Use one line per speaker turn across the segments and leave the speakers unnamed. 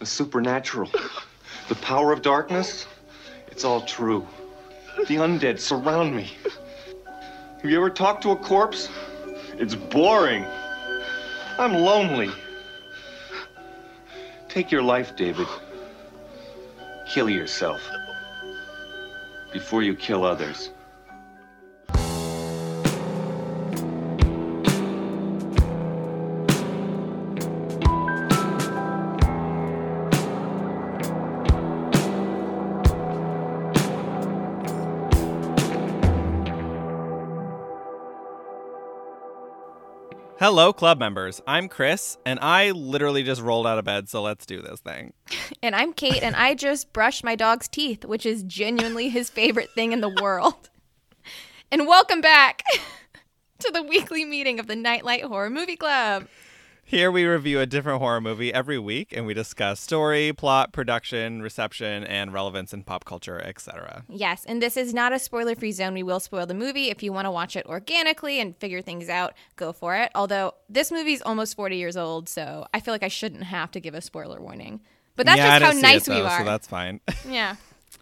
the supernatural, the power of darkness. It's all true. The undead surround me. Have you ever talked to a corpse? It's boring. I'm lonely. Take your life, David. Kill yourself before you kill others.
Hello, club members. I'm Chris, and I literally just rolled out of bed, so let's do this thing.
And I'm Kate, and I just brushed my dog's teeth, which is genuinely his favorite thing in the world. And welcome back to the weekly meeting of the Nightlight Horror Movie Club.
Here we review a different horror movie every week, and we discuss story, plot, production, reception, and relevance in pop culture, etc.
Yes, and this is not a spoiler free zone. We will spoil the movie. If you want to watch it organically and figure things out, go for it. Although this movie's almost 40 years old, so I feel like I shouldn't have to give a spoiler warning. But that's
yeah, I
just
didn't
how
see
nice
it, though,
we are.
So that's fine.
yeah.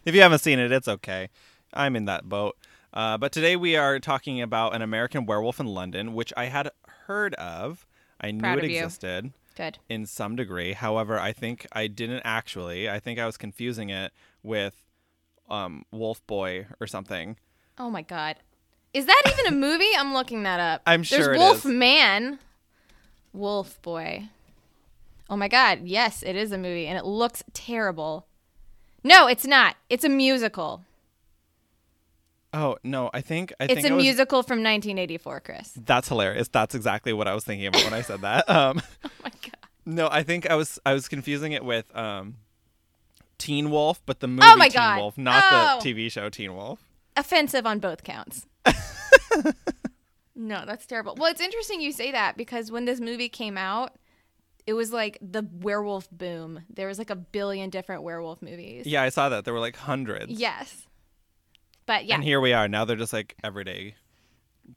if you haven't seen it, it's okay. I'm in that boat. Uh, but today we are talking about an American Werewolf in London, which I had heard of. I knew
Proud
it
of you.
existed.
Good.
in some degree. However, I think I didn't actually. I think I was confusing it with um, Wolf Boy or something.
Oh my god. Is that even a movie? I'm looking that up.
I'm
There's
sure it is.
Wolf Man. Wolf Boy. Oh my god. Yes, it is a movie and it looks terrible. No, it's not. It's a musical.
Oh no, I think I
It's
think
a
I was-
musical from 1984, Chris.
That's hilarious. That's exactly what I was thinking about when I said that. Um,
Oh my god.
no, I think I was I was confusing it with um, Teen Wolf, but the movie
Oh my
Teen
God.
Wolf, not
Oh.
the TV show Teen Wolf.
Offensive on both counts. no, that's terrible. Well, it's interesting you say that because when this movie came out, it was like the werewolf boom. There was like a billion different werewolf movies.
Yeah, I saw that. There were like hundreds.
Yes. But yeah.
And here we are. Now they're just like everyday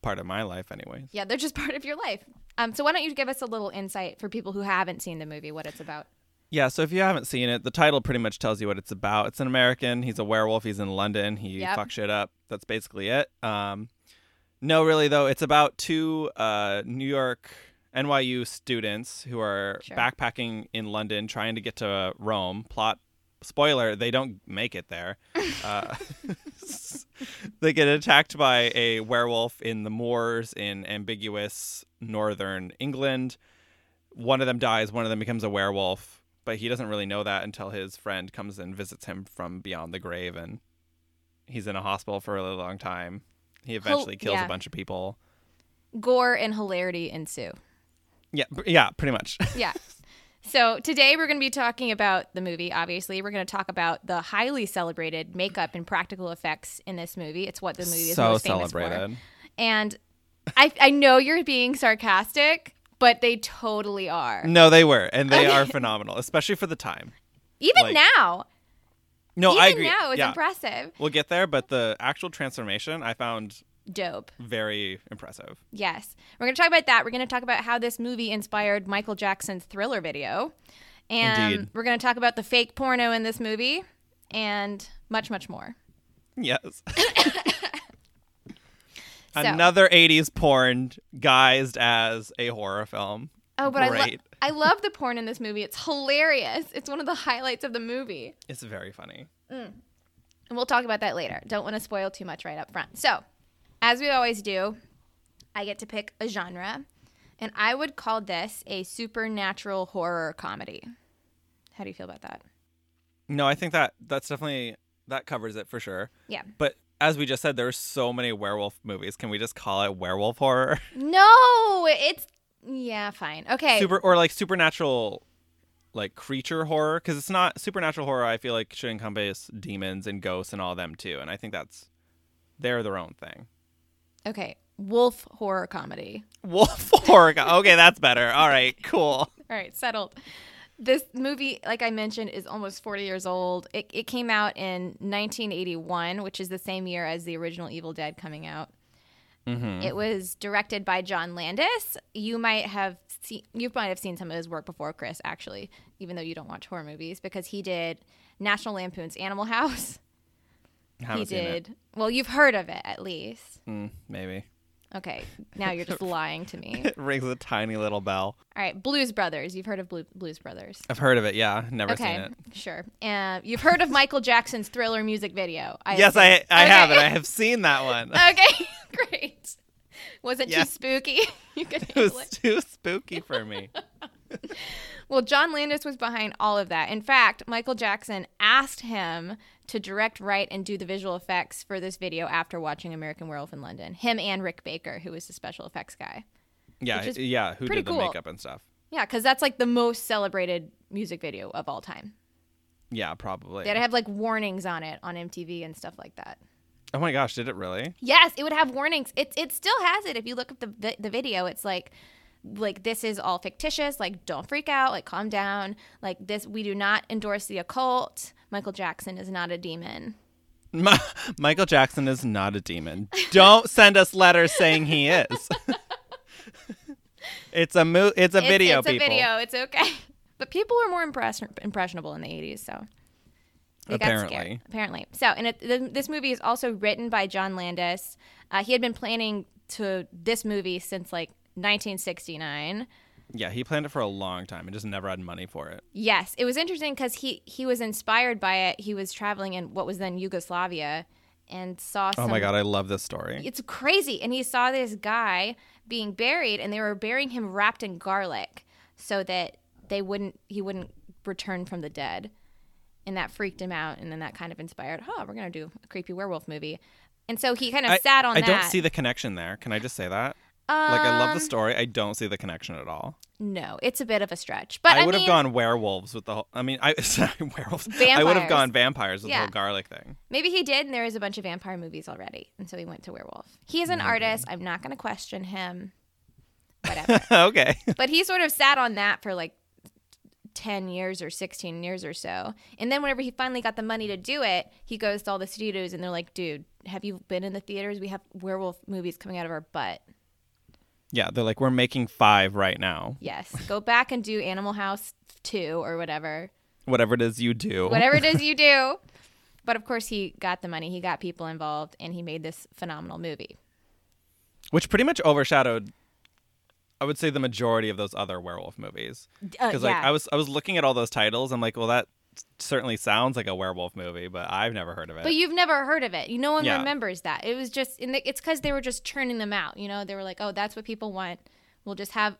part of my life, anyways.
Yeah, they're just part of your life. Um, so why don't you give us a little insight for people who haven't seen the movie, what it's about?
Yeah, so if you haven't seen it, the title pretty much tells you what it's about. It's an American. He's a werewolf. He's in London. He
Yep.
fucks shit up. That's basically it. Um, no, really though, it's about two uh, New York NYU students who are
Sure.
backpacking in London, trying to get to Rome. Plot spoiler: they don't make it there. Uh, they get attacked by a werewolf in the moors in ambiguous northern England. One of them dies, one of them becomes a werewolf, but he doesn't really know that until his friend comes and visits him from beyond the grave and he's in a hospital for a really long time. He eventually kills
yeah.
a bunch of people.
Gore and hilarity ensue.
Yeah, pr- yeah, pretty much.
Yeah. so today we're going to be talking about the movie, obviously. We're going to talk about the highly celebrated makeup and practical effects in this movie. It's what the movie is
so
most famous for.
celebrated.
And I, I know you're being sarcastic, but they totally are.
No, they were, and they are phenomenal, especially for the time.
Even
Like-
now.
No,
even
I agree.
now it's
yeah.
impressive.
We'll get there, but the actual transformation I found
Dope.
very impressive.
Yes. We're going to talk about that. We're going to talk about how this movie inspired Michael Jackson's thriller video. And
Indeed.
we're going to talk about the fake porno in this movie and much, much more.
Yes. Another 80s porn guised as a horror film.
Oh, but I, lo-
Great.
I love the porn in this movie. It's hilarious. It's one of the highlights of the movie.
It's very funny.
And we'll talk about that later. Don't want to spoil too much right up front. So, as we always do, I get to pick a genre. And I would call this a supernatural horror comedy. How do you feel about that?
No, I think that that's definitely that covers it for sure.
Yeah.
But as we just said, there's so many werewolf movies. Can we just call it werewolf horror?
No, it's yeah, fine. Okay.
Super or like supernatural like creature horror because it's not supernatural horror I feel like should encompass demons and ghosts and all them too. And I think that's they're their own thing.
Okay. Wolf horror comedy.
Wolf horror. Okay, that's better. All right, cool.
All right, settled. This movie, like I mentioned, is almost 40 years old. It, it came out in 1981, which is the same year as the original Evil Dead coming out.
Mm-hmm.
It was directed by John Landis. You might have seen you might have seen some of his work before, Chris, actually, even though you don't watch horror movies, because he did National Lampoon's Animal House.
Haven't
he
seen
did
it.
well, you've heard of it at least.
Mm, maybe.
Okay. Now you're just lying to me.
It rings a tiny little bell.
All right, Blues Brothers. You've heard of Blue, Blues Brothers.
I've heard of it. Yeah, never seen
Okay,
it.
sure. Uh, you've heard of Michael Jackson's Thriller music video. I
Yes, I
assume.
I
Okay.
have it. I have seen that one.
Okay, great. Was it
Yeah.
too spooky? you could
it
handle
was
it.
too spooky for me.
Well, John Landis was behind all of that. In fact, Michael Jackson asked him to direct, write, and do the visual effects for this video after watching American Werewolf in London. Him and Rick Baker, who was the special effects guy.
Yeah,
Which is
yeah. Who
pretty
did the
cool.
makeup and stuff?
Yeah, because that's like the most celebrated music video of all time.
Yeah, probably.
They had to have like warnings on it on MTV and stuff like that.
oh my gosh, did it really?
Yes, it would have warnings. It it still has it. If you look at the vi- the video, it's like like this is all fictitious. Like don't freak out. Like calm down. Like this, we do not endorse the occult. Michael Jackson is not a demon.
Ma- Michael Jackson is not a demon. Don't send us letters saying he is. it's a mo- It's a
It's-
video.
It's
people.
a video. It's okay. But people were more impression- impressionable in the '80s, so they got scared.
Apparently.
Apparently, so and it, th- this movie is also written by John Landis. Uh, he had been planning to this movie since like 1969.
Yeah, he planned it for a long time and just never had money for it.
Yes, it was interesting because he he was inspired by it. He was traveling in what was then Yugoslavia, and saw.
Oh
some-
my god, I love this story.
it's crazy! And he saw this guy being buried, and they were burying him wrapped in garlic, so that they wouldn't he wouldn't return from the dead, and that freaked him out. And then that kind of inspired, oh, we're gonna do a creepy werewolf movie, and so he kind of
I,
sat on
I
that.
don't see the connection there. Can I just say that? like I
Um,
love the story. I don't see the connection at all.
No, it's a bit of a stretch, but I,
I, would
mean,
have gone werewolves with the whole. I mean, I sorry, werewolves. I would have
Vampires.
gone vampires with the
Yeah.
whole garlic thing.
Maybe he did, and there is a bunch of vampire movies already, and so he went to werewolf. He is an artist. I'm not going to question him, whatever.
okay.
but he sort of sat on that for like ten years or sixteen years or so, and then whenever he finally got the money to do it, he goes to all the studios, and they're like, "Dude, have you been in the theaters? We have werewolf movies coming out of our butt."
Yeah, they're like we're making five right now.
Yes, go back and do Animal House two or whatever.
Whatever it is you do.
whatever it is you do. But of course, he got the money, he got people involved, and he made this phenomenal movie.
Which pretty much overshadowed. I would say the majority of those other werewolf movies.
Uh,
Because like
yeah.
I was I was looking at all those titles. I'm like, well, that certainly sounds like a werewolf movie, but I've never heard of it.
But you've never heard of it. You no one
Yeah.
remembers that. It was just in the, it's because they were just churning them out. You know, they were like, oh, that's what people want. We'll just have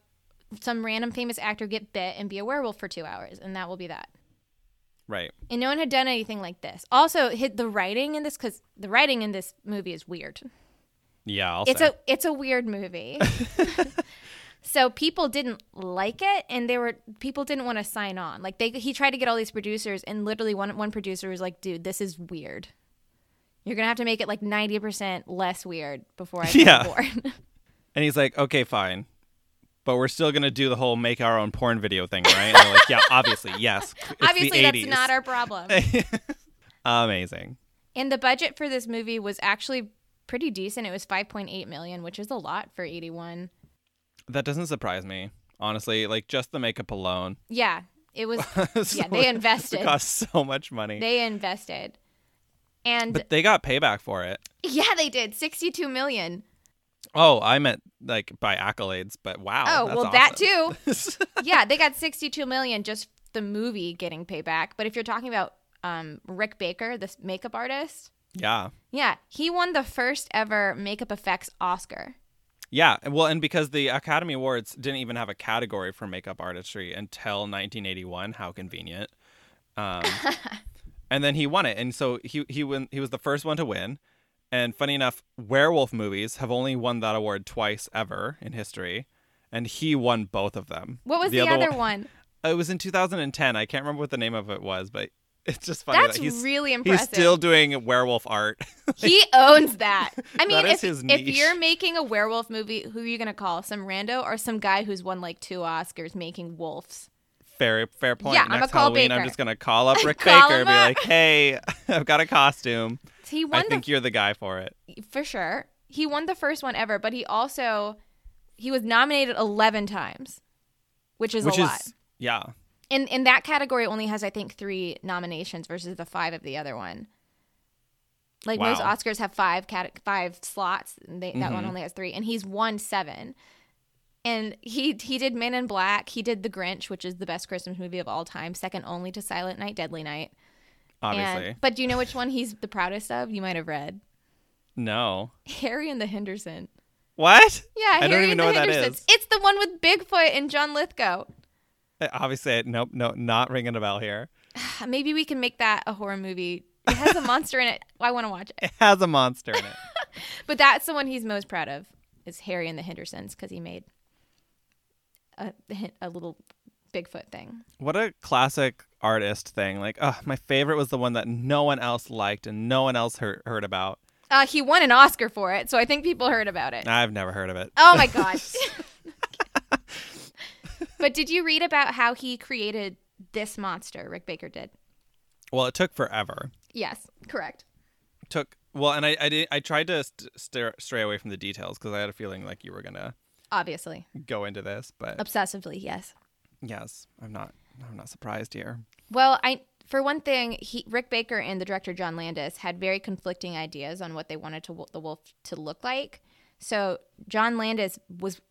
some random famous actor get bit and be a werewolf for two hours, and that will be that.
right.
And no one had done anything like this. Also, hit the writing in this because the writing in this movie is weird.
Yeah. I'll
it's
say.
a it's a weird movie. so people didn't like it, and they were people didn't want to sign on. Like they, he tried to get all these producers, and literally one one producer was like, "Dude, this is weird. You're gonna have to make it like ninety percent less weird before I come
Yeah.
board."
And he's like, okay, fine. But we're still going to do the whole make our own porn video thing, right? And they're like, yeah, obviously, yes. It's
Obviously,
the
that's
80s.
not our problem.
Amazing.
and the budget for this movie was actually pretty decent. It was five point eight million, which is a lot for eighty one.
That doesn't surprise me, honestly. Like, just the makeup alone.
Yeah, it was.
So
yeah,
much-
they
it
invested.
cost so much money.
They invested, and
but they got payback for it.
Yeah, they did. 62 million.
Oh, I meant like by accolades, but wow.
Oh,
that's
well, that
awesome.
too. yeah, they got 62 million just the movie getting payback. But if you're talking about um, Rick Baker, this makeup artist,
yeah.
yeah, he won the first ever makeup effects Oscar.
Yeah. and- Well, and because the Academy Awards didn't even have a category for makeup artistry until 1981, how convenient. Um, and then he won it. And so he he won, he was the first one to win. And funny enough, werewolf movies have only won that award twice ever in history. And he won both of them.
What was the, other, one?
oh, It was in 2010. I can't remember what the name of it was, but it's just funny
That's
that he's,
really
he's
impressive.
still doing werewolf art.
He owns that. I mean,
That
if,
is his
if
niche.
you're making a werewolf movie, who are you going to call? Some rando or some guy who's won like two Oscars making wolves?
Fair, fair point.
Yeah, I'm
Next
gonna call
Halloween,
Baker.
I'm just gonna call up Rick
Call
Baker and
him
be
up.
like, "Hey, I've got a costume.
He
I
won the
think you're the guy for it."
for sure. he won the first one ever, but he also he was nominated 11 times, which is
which
a lot.
is yeah.
in in that category only has I think 3 nominations versus the 5 of the other one. Like most
Wow.
Oscars have 5 cat- 5 slots, and they, that one
Mhm.
only has 3 and he's won 7. And he he did Men in Black, he did The Grinch, which is the best Christmas movie of all time, second only to Silent Night, Deadly Night. And-
Obviously,
but do you know which one he's the proudest of? You might have read.
no.
Harry and the Henderson.
What?
Yeah,
I don't
Harry
even
and
know
the
what that
Hendersons.
is.
It's the one with Bigfoot and John Lithgow.
Uh, Obviously, nope, no, not ringing a bell here.
Maybe we can make that a horror movie. It has a monster in it. I want to watch it.
It has a monster in it.
But that's the one he's most proud of is Harry and the Hendersons because he made a, a little Bigfoot thing.
What a classic artist thing. Like, oh, my favorite was the one that no one else liked and no one else heard, heard about.
Uh, he won an Oscar for it, so I think people heard about it.
I've never heard of it.
Oh my god. but did you read about how he created this monster? Rick Baker did.
Well, it took forever.
Yes, correct.
took well and i i, did, I tried to st- stare, stray away from the details because i had a feeling like you were gonna
Obviously.
go into this but
Obsessively, yes.
yes i'm not i'm not surprised here
Well, I for one thing, he, Rick Baker and the director John Landis had very conflicting ideas on what they wanted to, the wolf to look like. So John Landis was,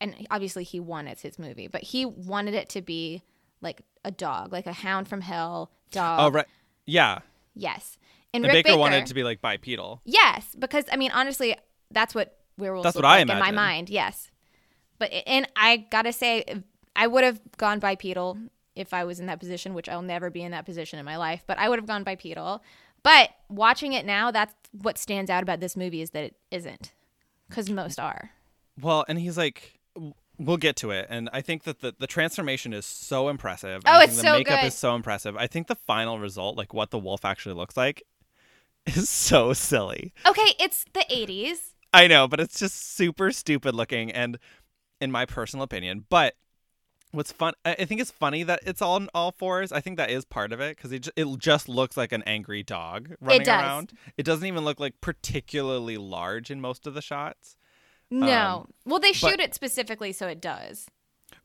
and obviously he won as his movie, but he wanted it to be like a dog, like a hound from hell dog.
oh right yeah
Yes, and,
and
Rick
baker,
Baker
wanted to be like bipedal
Yes, because I mean, honestly, that's what werewolves.
That's
look
what I
like in my
imagine.
mind. Yes, but and I gotta say, I would have gone bipedal if I was in that position, which I'll never be in that position in my life. But I would have gone bipedal. But watching it now, that's what stands out about this movie is that it isn't, because most are.
well and he's like w- we'll get to it and i think that the, the transformation is so impressive
Oh,
I
it's
think
so
the makeup
good.
is so impressive i think the final result like what the wolf actually looks like is so silly
Okay, it's the '80s.
I know, but it's just super stupid looking, and in my personal opinion, but what's fun? I I think it's funny that it's all on all fours. I think that is part of it because it ju- it just looks like an angry dog running
does.
around. It doesn't even look like particularly large in most of the shots.
No, well, they shoot
Um, but-
it specifically so it does.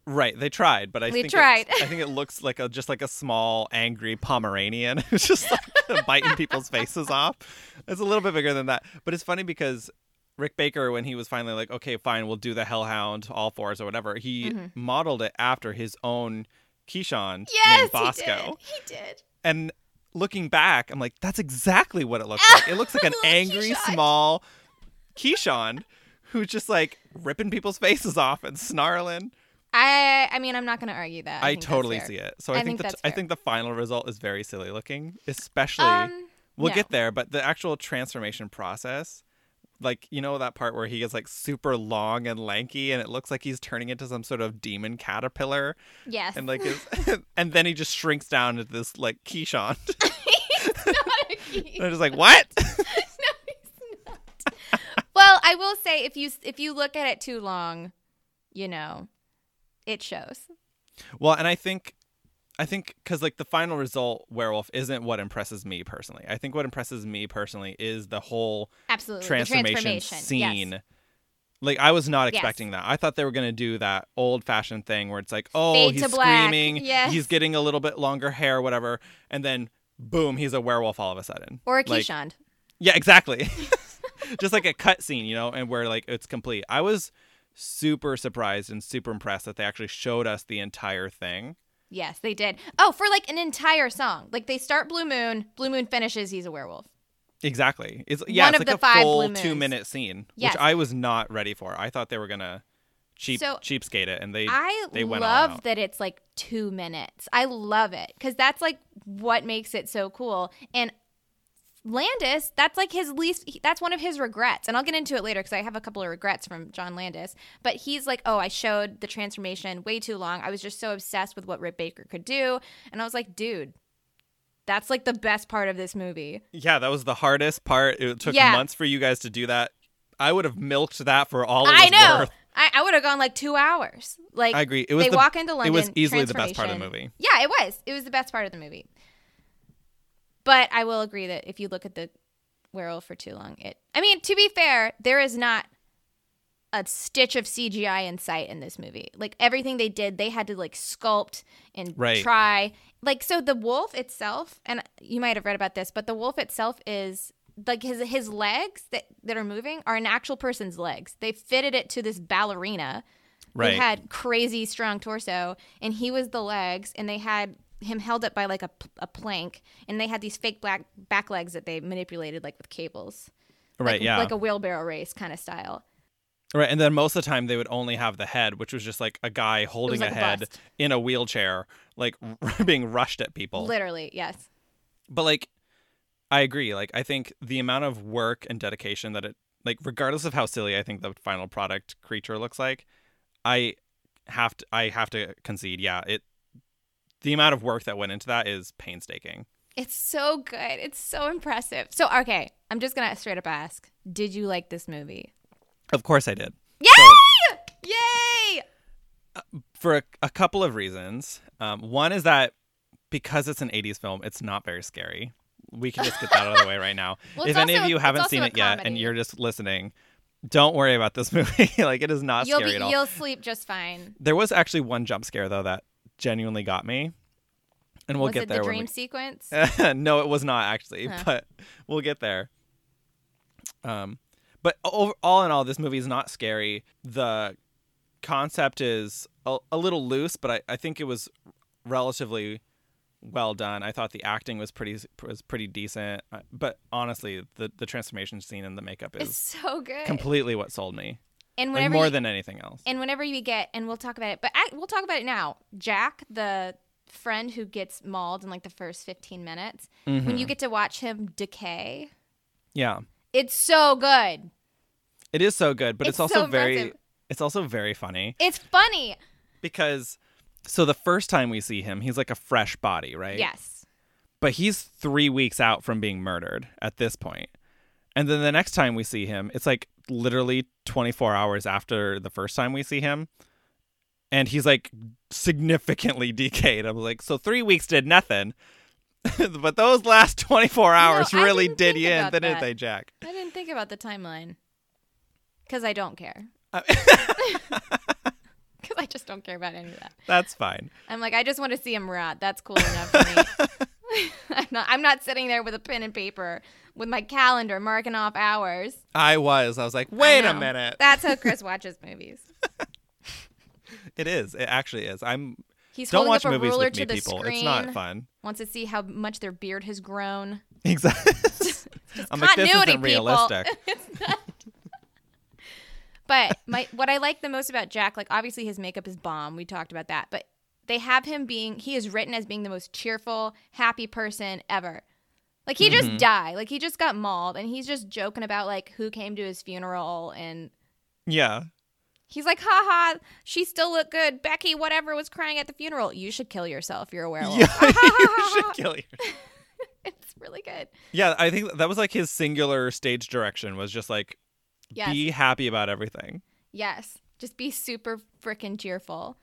Right, they tried, but I
They
think
tried.
it's- I think it looks like a just like a small angry Pomeranian who's just like biting people's faces off. It's a little bit bigger than that, but it's funny because Rick Baker, when he was finally like, okay, fine, we'll do the Hellhound, all fours or whatever, he
Mhm.
modeled it after his own Keyshawn
Yes,
named Bosco.
he did. He did.
And looking back, I'm like, that's exactly what it looks like. It looks like an
Little
angry,
Keyshawn.
small Keyshawn who's just like ripping people's faces off and snarling.
I, I mean, I'm not going to argue that.
I,
think that's
totally
fair.
see it. So I,
I think
think, that
that's
I
fair.
think the final result is very silly looking, especially
Um,
we'll
no.
get there, but the actual transformation process, like you know that part where he is like super long and lanky and it looks like he's turning into some sort of demon caterpillar
yes.
and like is, and then he just shrinks down into this like Keyshawn.
not a key.
and I'm just like, "What?"
no, he's not. well, I will say if you if you look at it too long, you know, it shows.
well, and I think I think cuz like the final result werewolf isn't what impresses me personally. I think what impresses me personally is the whole
Absolutely, The
transformation,
transformation.
scene.
Yes.
Like I was not
Yes.
expecting that. I thought they were gonna do that old fashioned thing where it's like, oh,
Fade to
he's
black.
screaming,
Yes.
he's getting a little bit longer hair, whatever, and then boom, he's a werewolf all of a sudden.
Or a
Like,
Keyshawn.
yeah, exactly. Just like a cut scene, you know, and where like it's complete. I was super surprised and super impressed that they actually showed us the entire thing.
yes, they did. Oh, for like an entire song. Like they start Blue Moon, Blue Moon finishes. He's a werewolf.
Exactly. It's yeah,
One
it's
of
like
the five
a
Blue
full
Moons.
two minute scene,
Yes.
which I was not ready for. I thought they were gonna cheap
So,
cheapskate it, and they
I
they went all
love
out.
that it's like two minutes. I love it because that's like what makes it so cool. And Landis, that's like his least, he- that's one of his regrets. And I'll get into it later because I have a couple of regrets from John Landis. But he's like, oh, I showed the transformation way too long. I was just so obsessed with what Rip Baker could do. And I was like, dude, that's like the best part of this movie.
Yeah, that was the hardest part. It took
Yeah.
months for you guys to do that. I would have milked that for all it
I
was
know.
worth.
I, I would have gone like two hours. Like
I agree. It was
they
the-
walk into
it
London.
was easily the best part of the
transformation.
movie.
Yeah, it was. It was the best part of the movie. But I will agree that if you look at the werewolf for too long. It. I mean, to be fair, there is not a stitch of CGI in sight in this movie. Like everything they did, they had to like sculpt and
Right.
try. Like so, the wolf itself, and you might have read about this, but the wolf itself is like his his legs that that are moving are an actual person's legs. They fitted it to this ballerina.
Right.
They had crazy strong torso, and he was the legs, and they had him held up by like a, p- a plank, and they had these fake black back legs that they manipulated like with cables,
right,
Like-
yeah.
like a wheelbarrow race kind of style.
Right, and then most of the time they would only have the head, which was just like a guy holding
like
a
a
head
bust.
in a wheelchair, like being rushed at people.
Literally, yes.
but like, I agree. Like, I think the amount of work and dedication that it, like, regardless of how silly I think the final product creature looks like, I have to, I have to concede. Yeah, it, the amount of work that went into that is painstaking.
It's so good. It's so impressive. So, okay, I'm just going to straight up ask Did you like this movie?
Of course, I did.
Yay! Yay!
for a, a couple of reasons. Um, one is that because it's an 80s film, it's not very scary. We can just get that out of the way right now.
Well,
if
it's
any
also
of
a-
you
it's
haven't
also
seen
a
it yet and
comedy.
you're just listening, don't worry about this movie. like it is not
You'll
scary
be
at all.
you'll sleep just fine.
There was actually one jump scare though that genuinely got me, and we'll
Was
get
it
there.
the
when
dream
we-
sequence?
no, it was not actually,
Huh.
but we'll get there. Um, but over, all in all, this movie is not scary. The concept is a, a little loose, but I, I think it was relatively well done. I thought the acting was pretty was pretty decent, Uh, but honestly, the the transformation scene and the makeup
It's
is
so good.
completely what sold me,
and
like
whenever
more
you,
than anything else.
and whenever you get and we'll talk about it, but I, we'll talk about it now. Jack, the friend who gets mauled in like the first 15 minutes, when you get to watch him decay,
yeah,
it's so good.
it is so good, but it's,
It's
also
so
very
impressive.
it's also very funny.
It's funny.
because so the first time we see him, he's like a fresh body, right?
Yes.
But he's three weeks out from being murdered at this point. And then the next time we see him, it's like literally 24 hours after the first time we see him. And he's like significantly decayed. I'm like, so three weeks did nothing. but those last 24 hours
I
really
didn't
did
think
you in,
about
didn't
that.
they, Jack?
I didn't think about the timeline because I don't care.
I-
Because I just don't care about any of that.
That's fine.
I'm like, I just want to see him rot. That's cool enough for me. I'm not. I'm not sitting there with a pen and paper with my calendar marking off hours.
I was. I was like, wait
I
a
know.
minute.
That's how Chris watches movies.
it is. It actually is. I'm.
He's
Don't
holding
watch
up a
movies
ruler
with
to
me,
the
people.
screen.
It's not fun.
Wants to see how much their beard has grown.
Exactly. I'm like, this
continuity,
isn't
people.
realistic.
But my what I like the most about Jack, like obviously his makeup is bomb. We talked about that, but they have him being he is written as being the most cheerful, happy person ever. Like he
Mm-hmm.
just died. Like he just got mauled and he's just joking about like who came to his funeral and
yeah.
he's like, "Ha ha, she still looked good. Becky whatever was crying at the funeral. You should kill yourself. You're a werewolf."
Yeah, you should kill your.
it's really good.
Yeah, I think that was like his singular stage direction was just like
Yes.
be happy about everything.
Yes. Just be super freaking cheerful.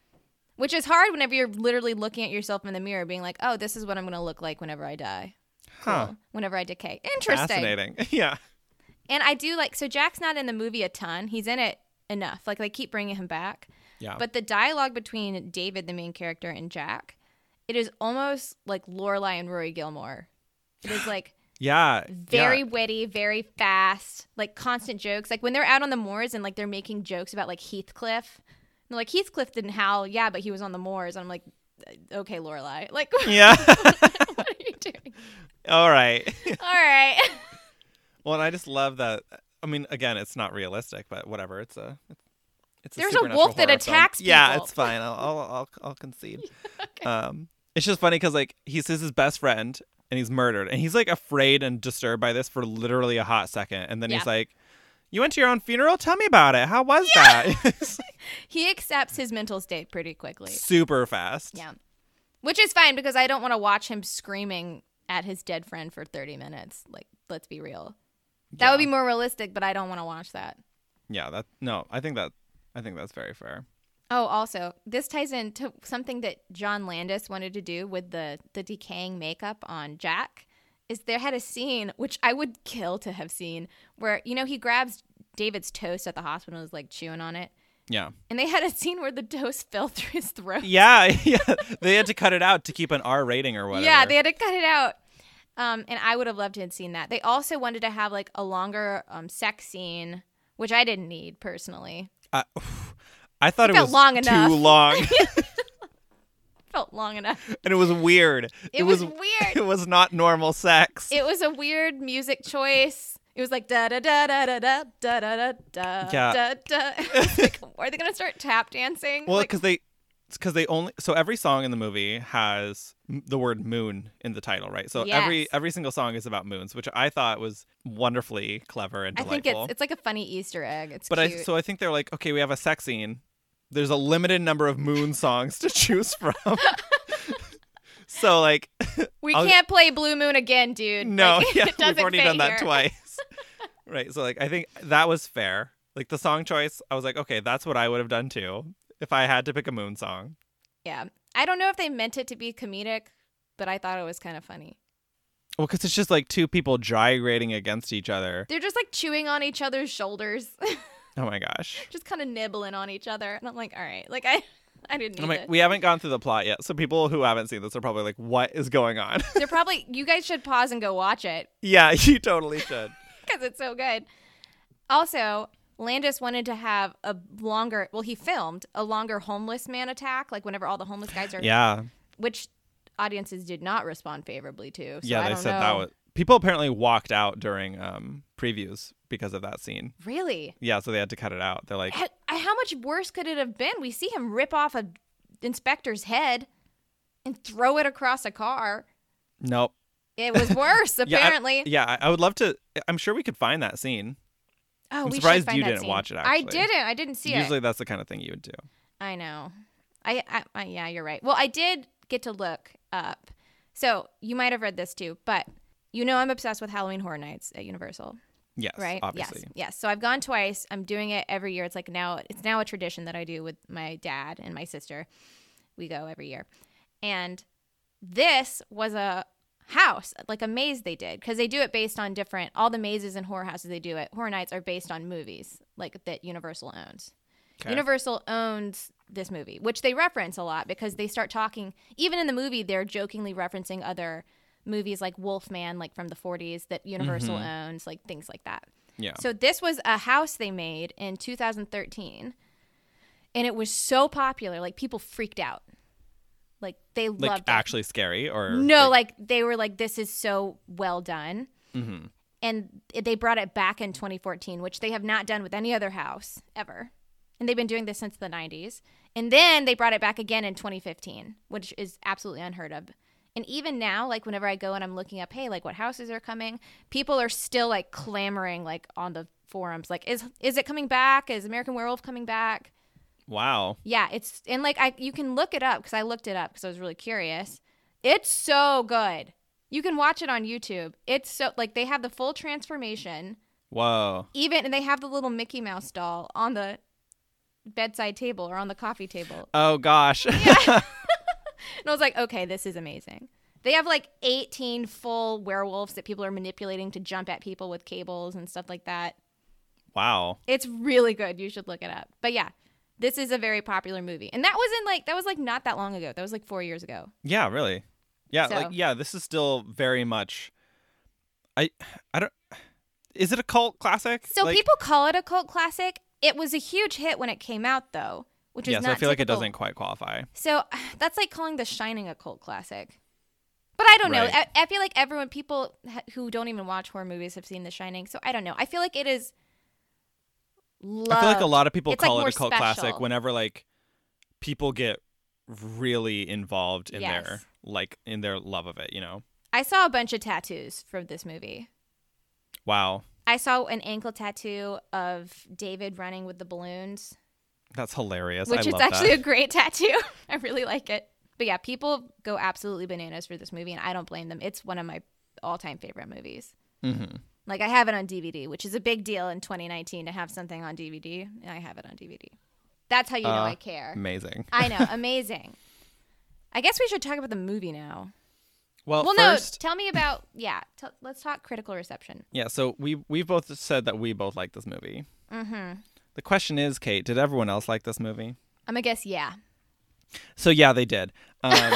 Which is hard whenever you're literally looking at yourself in the mirror being like, "Oh, this is what I'm going to look like whenever I die."
Huh.
Cool. Whenever I decay. Interesting.
Fascinating. Yeah.
And I do like so Jack's not in the movie a ton. He's in it enough. Like they keep bringing him back.
Yeah.
But the dialogue between David, the main character, and Jack, it is almost like Lorelai and Rory Gilmore. It is like
yeah.
very
yeah.
witty, very fast, like constant jokes. Like when they're out on the moors and like they're making jokes about like Heathcliff. And they're like Heathcliff didn't howl, yeah, but he was on the moors. And I'm like, "Uh, okay, Lorelai, like
Yeah.
what are you doing?
All right.
All right,
Well, and I just love that. I mean, again, it's not realistic, but whatever. It's a. It's a
There's a
supernatural
wolf that
horror film.
attacks
Yeah,
people.
it's fine. I'll I'll I'll, I'll concede. Um, it's just funny because like he sees his best friend and he's murdered, and he's like afraid and disturbed by this for literally a hot second, and then he's
Yeah.
like, "You went to your own funeral? Tell me about it. How was that?" It's
he accepts his mental state pretty quickly.
Super fast.
Yeah, which is fine because I don't want to watch him screaming at his dead friend for 30 minutes. Like, let's be real, that would be more realistic, but I don't want to watch that.
Yeah. That no, I think that I think that's very fair.
Oh, also, this ties into something that John Landis wanted to do with the the decaying makeup on Jack is there had a scene which I would kill to have seen where you know he grabs David's toast at the hospital and is like chewing on it,
Yeah.
and they had a scene where the toast fell through his throat.
Yeah, yeah. They had to cut it out to keep an R rating or whatever.
Yeah, they had to cut it out. Um, and I would have loved to have seen that. They also wanted to have like a longer um, sex scene, which I didn't need personally.
I, I thought it
felt
was
long
too
enough.
long,
Felt long enough.
and it was weird. It,
was weird.
It was not normal sex.
It was a weird music choice. It was like da da da da da da da da da
Yeah.
da da. It's like, Are they gonna start tap dancing?
well,
Like,
because they, because they only so every song in the movie has m- the word moon in the title, right? So every
Yes.
every single song is about moons, which I thought was wonderfully clever and
I
delightful.
think it's it's like a funny Easter egg. It's
but I
cute.
so I think they're like, okay, we have a sex scene. There's a limited number of moon songs to choose from. so like
we
I'll-
can't play Blue Moon again, dude.
No,
Like,
yeah,
it doesn't
we've already
fit
done that
here.
twice. right, so like I think that was fair. Like the song choice, I was like, okay, that's what I would have done too if I had to pick a moon song.
Yeah, I don't know if they meant it to be comedic, but I thought it was kind of funny.
Well, because it's just like two people gyrating against each other.
They're just like chewing on each other's shoulders,
Oh my gosh.
just kind of nibbling on each other. And I'm like, all right, like I, I didn't. Need
I'm like,
it.
we haven't gone through the plot yet, so people who haven't seen this are probably like, what is going on?
They're probably you guys should pause and go watch it
yeah, you totally should.
because it's so good. Also, Landis wanted to have a longer. Well, he filmed a longer homeless man attack, like whenever all the homeless guys are,
Yeah.
which audiences did not respond favorably to. So
yeah,
I
they
don't
said
know.
that was people apparently walked out during um previews because of that scene.
really.
Yeah, so they had to cut it out. They're like,
How, how much worse could it have been? We see him rip off a inspector's head and throw it across a car.
nope.
It was worse,
Yeah, I-
apparently.
Yeah, I, I would love to. I'm sure we could find that scene.
oh, we should
surprised
find
you
that
didn't
scene.
watch it,
I
actually.
didn't. I didn't see
Usually,
it.
that's the kind of thing you would do.
I know. I, I, I yeah, you're right. Well, I did get to look up. So you might have read this too, but you know I'm obsessed with Halloween Horror Nights at Universal,
Yes,
right?
Obviously.
Yes, yes. So I've gone twice. I'm doing it every year. It's like now it's now a tradition that I do with my dad and my sister. We go every year, and this was a house like a maze they did because they do it based on different all the mazes and horror houses they do it horror nights are based on movies like that universal owns
Okay.
Universal owns this movie, which they reference a lot because they start talking. Even in the movie, they're jokingly referencing other movies like Wolfman, like from the 40s, that Universal owns, like things like that.
Mm-hmm. yeah.
So this was a house they made in 2013, and it was so popular, like people freaked out, like they
like
loved it.
actually scary or
No, like, they were like, this is so well done.
Mhm.
And they brought it back in 2014, which they have not done with any other house ever. And they've been doing this since the 90s. And then they brought it back again in 2015, which is absolutely unheard of. And even now, like whenever I go and I'm looking up, hey, like what houses are coming, people are still like clamoring like on the forums, like is is it coming back? Is American Werewolf coming back?
wow.
Yeah, it's and like I you can look it up because I looked it up because I was really curious. It's so good. You can watch it on YouTube. It's so like they have the full transformation,
Whoa.
even and they have the little Mickey Mouse doll on the bedside table or on the coffee table.
Oh gosh.
And I was like, okay, this is amazing. They have like 18 full werewolves that people are manipulating to jump at people with cables and stuff like that.
wow.
It's really good. You should look it up. But yeah, this is a very popular movie. And that was in like that was like not that long ago. That was like 4 years ago.
Yeah. Really. Yeah.
So-
Like yeah. This is still very much. I I don't. Is it a cult classic?
So
Like-
people call it a cult classic. It was a huge hit when it came out, though, which is
Yeah.
not.
So I feel like it
typical.
doesn't quite qualify.
So that's like calling The Shining a cult classic. But I don't know.
Right.
I, I feel like everyone, people ha- who don't even watch horror movies, have seen The Shining. So I don't know. I feel like it is. Love.
I feel like a lot of people
It's, like,
call
more
it a cult
special.
classic whenever like people get really involved in their
Yes.
like in their love of it, you know.
I saw a bunch of tattoos from this movie.
Wow.
I saw an ankle tattoo of David running with the balloons.
That's hilarious.
which
I
is
love
actually
that.
a great tattoo. I really like it. But yeah, people go absolutely bananas for this movie, and I don't blame them. It's one of my all-time favorite movies.
Mhm.
Like I have it on DVD, which is a big deal in 2019 to have something on DVD, and I have it on DVD. That's how you know
Uh,
I care.
amazing.
I know, amazing. I guess we should talk about the movie now.
Well,
Well,
first,
no. Tell me about yeah. T- let's talk critical reception.
yeah. So we we've both said that we both like this movie. Mm-hmm. The question is, Kate, did everyone else like this movie?
I'm gonna guess yeah.
So yeah, they did. Um,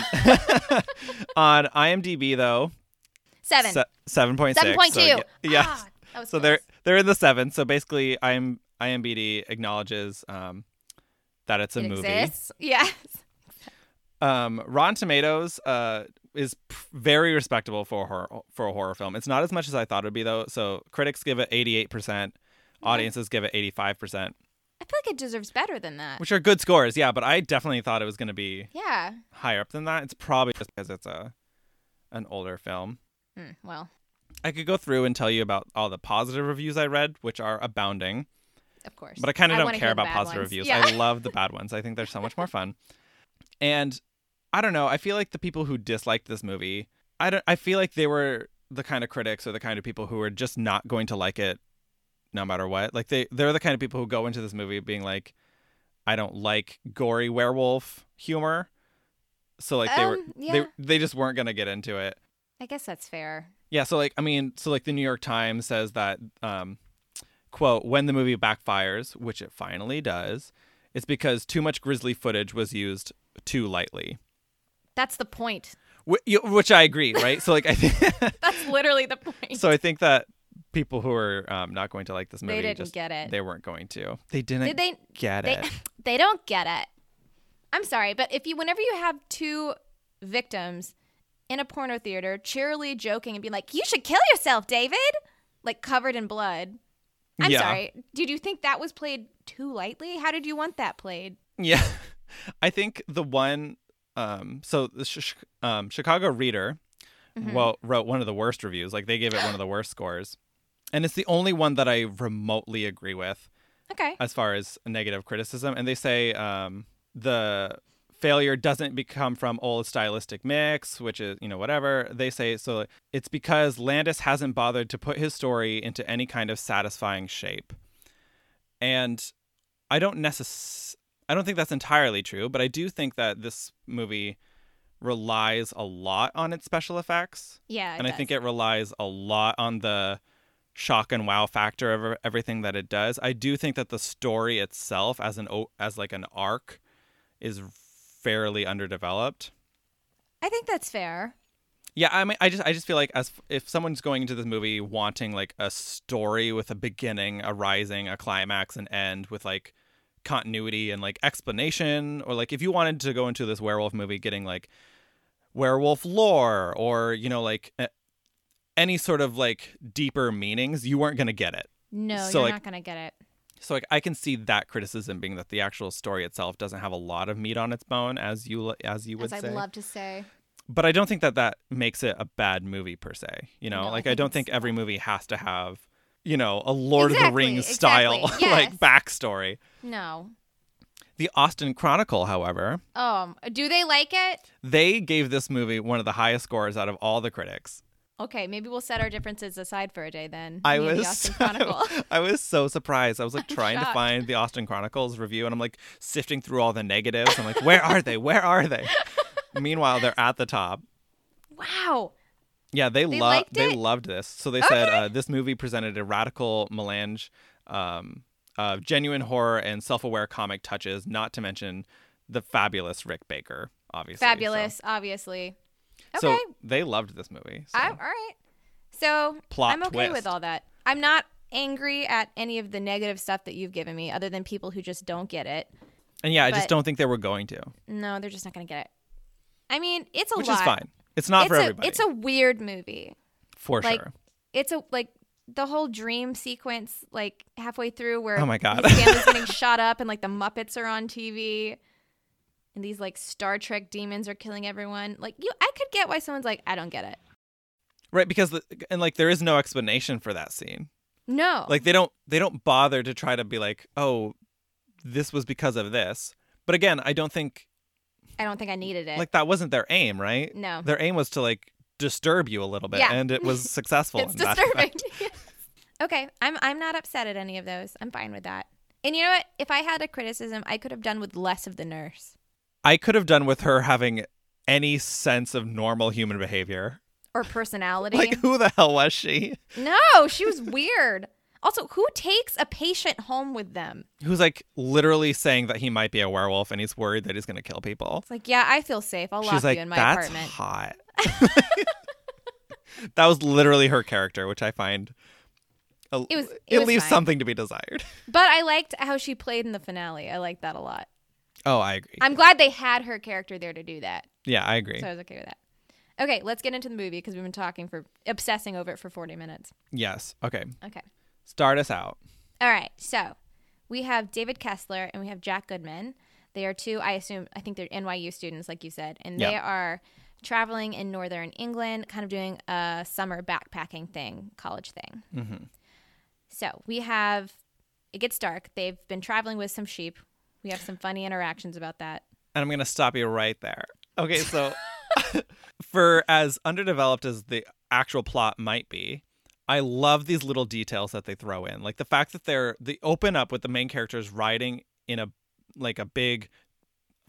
on IMDb though,
Seven.
seven point six.
Seven point two.
So, ye- yeah.
Ah, that was
so
close.
they're they're in the seven. So basically, I'm IMBD acknowledges um, that it's a
it
movie.
exists. Yes.
Um, Rotten Tomatoes uh, is p- very respectable for a horror for a horror film. It's not as much as I thought it would be though. So critics give it 88 percent, audiences give it 85 percent,
I feel like it deserves better than that.
which are good scores. Yeah, but I definitely thought it was going to be
yeah.
higher up than that. It's probably just because it's a an older film.
Hmm, well,
I could go through and tell you about all the positive reviews I read, which are abounding.
of course.
But I kind of don't
wanna
care
hear the
about
bad
positive
ones.
reviews.
Yeah.
I love the bad ones. I think they're so much more fun. And I don't know. I feel like the people who disliked this movie, I don't. I feel like they were the kind of critics or the kind of people who are just not going to like it, no matter what. Like they, they're the kind of people who go into this movie being like, I don't like gory werewolf humor. So like they were,
Um, yeah.
they they just weren't gonna get into it.
I guess that's fair.
Yeah, so like I mean, so like the New York Times says that um quote, when the movie backfires, which it finally does, it's because too much grisly footage was used too lightly.
That's the point.
Wh- you- Which I agree, right? So like I think
That's literally the point.
so I think that people who are um, not going to like this
They
movie
didn't
just-
get it.
They weren't going to. They didn't
Did they-
get
they,
it.
they don't get it. I'm sorry, but if you whenever you have two victims in a porno theater cheerily joking and being like, "You should kill yourself, David," like covered in blood. I'm
Yeah.
sorry. Did you think that was played too lightly? How did you want that played?
Yeah. I think the one um so the sh- sh- um Chicago Reader well wrote one of the worst reviews. Like they gave it one of the worst scores. And it's the only one that I remotely agree with
Okay.
as far as negative criticism and they say um the failure doesn't become from old stylistic mix which is you know whatever they say so it's because landis hasn't bothered to put his story into any kind of satisfying shape and i don't necess- i don't think that's entirely true but i do think that this movie relies a lot on its special effects
yeah.
and I think it relies a lot on the shock and wow factor of everything that it does. I do think that the story itself, as an o- as like an arc, is fairly underdeveloped.
I think that's fair.
Yeah, I mean, I just I just feel like as if someone's going into this movie wanting like a story with a beginning, a rising, a climax, an end with like continuity and like explanation, or like if you wanted to go into this werewolf movie getting like werewolf lore or you know like a- any sort of like deeper meanings, you weren't gonna get it.
No,
So,
you're
like-
not gonna get it.
So like I can see that criticism being that the actual story itself doesn't have a lot of meat on its bone, as you as you would
As I
say
would love to say.
but I don't think that that makes it a bad movie per se. You know,
No, I
like I,
think
don't
it's-
think every movie has to have, you know, a Lord of the
Exactly,
Rings style
exactly.
like
Yes.
backstory.
No.
The Austin Chronicle, however,
Um. Do they like it?
they gave this movie one of the highest scores out of all the critics.
Okay, maybe we'll set our differences aside for a day then.
I
Me and the
was
Austin
so,
Chronicle.
I was so surprised. I was like trying to
shocked.
find the Austin Chronicles review and I'm like sifting through all the negatives. I'm like, where are they? Where are they? Meanwhile, they're at the top.
wow.
Yeah, they,
They
loved
liked
they
it?
loved this. So they said uh, this movie presented a radical melange um, of genuine horror and self-aware comic touches, not to mention the fabulous Rick Baker, obviously. So-
Fabulous, obviously. Okay.
So, they loved this movie. So.
I, all right. So
Plot
I'm okay with
twist.
all that. I'm not angry at any of the negative stuff that you've given me, other than people who just don't get it.
and yeah, I just
but-
don't think they were going to,
No, they're just not going to get it. I mean, it's a
which
lot.
is fine. It's not
it's
for
a,
everybody.
It's a weird movie.
for
like,
sure.
It's a like the whole dream sequence, like halfway through, where
Oh my God.
his family's getting shot up, and like the Muppets are on TV, and these like Star Trek demons are killing everyone. Like you, I could get why someone's like, I don't get it.
Right because the, and like there is no explanation for that scene.
No,
Like they don't they don't bother to try to be like, "Oh, this was because of this." But again, I don't think
I don't think I needed it.
like that wasn't their aim, right?
No.
Their aim was to like disturb you a little bit,
Yeah.
and it was successful.
it's
in that
disturbing.
fact.
okay, I'm I'm not upset at any of those. I'm fine with that. And you know what? If I had a criticism, I could have done with less of the nurse.
I could have done with her having any sense of normal human behavior.
or personality.
Like, who the hell was she?
no, she was weird. Also, who takes a patient home with them?
Who's like literally saying that he might be a werewolf and he's worried that he's going to kill people.
It's like, yeah, I feel safe. I'll lock
She's like,
you in my
that's
apartment.
hot. that was literally her character, which I find a,
It was- it was
leaves
fine.
something to be desired.
But I liked how she played in the finale. I liked that a lot.
Oh, I agree.
I'm glad they had her character there to do that.
yeah, I agree.
So I was okay with that. Okay, let's get into the movie because we've been talking for obsessing over it for 40 minutes.
yes. Okay.
Okay.
Start us out.
All right. So we have David Kessler and we have Jack Goodman. They are two, I assume, I think they're NYU students, like you said, and they
Yeah.
are traveling in northern England, kind of doing a summer backpacking thing, college thing.
Mhm.
So we have, it gets dark. They've been traveling with some sheep. We have some funny interactions about that.
and I'm gonna stop you right there. Okay, so for as underdeveloped as the actual plot might be, I love these little details that they throw in, like the fact that they're they open up with the main characters riding in a like a big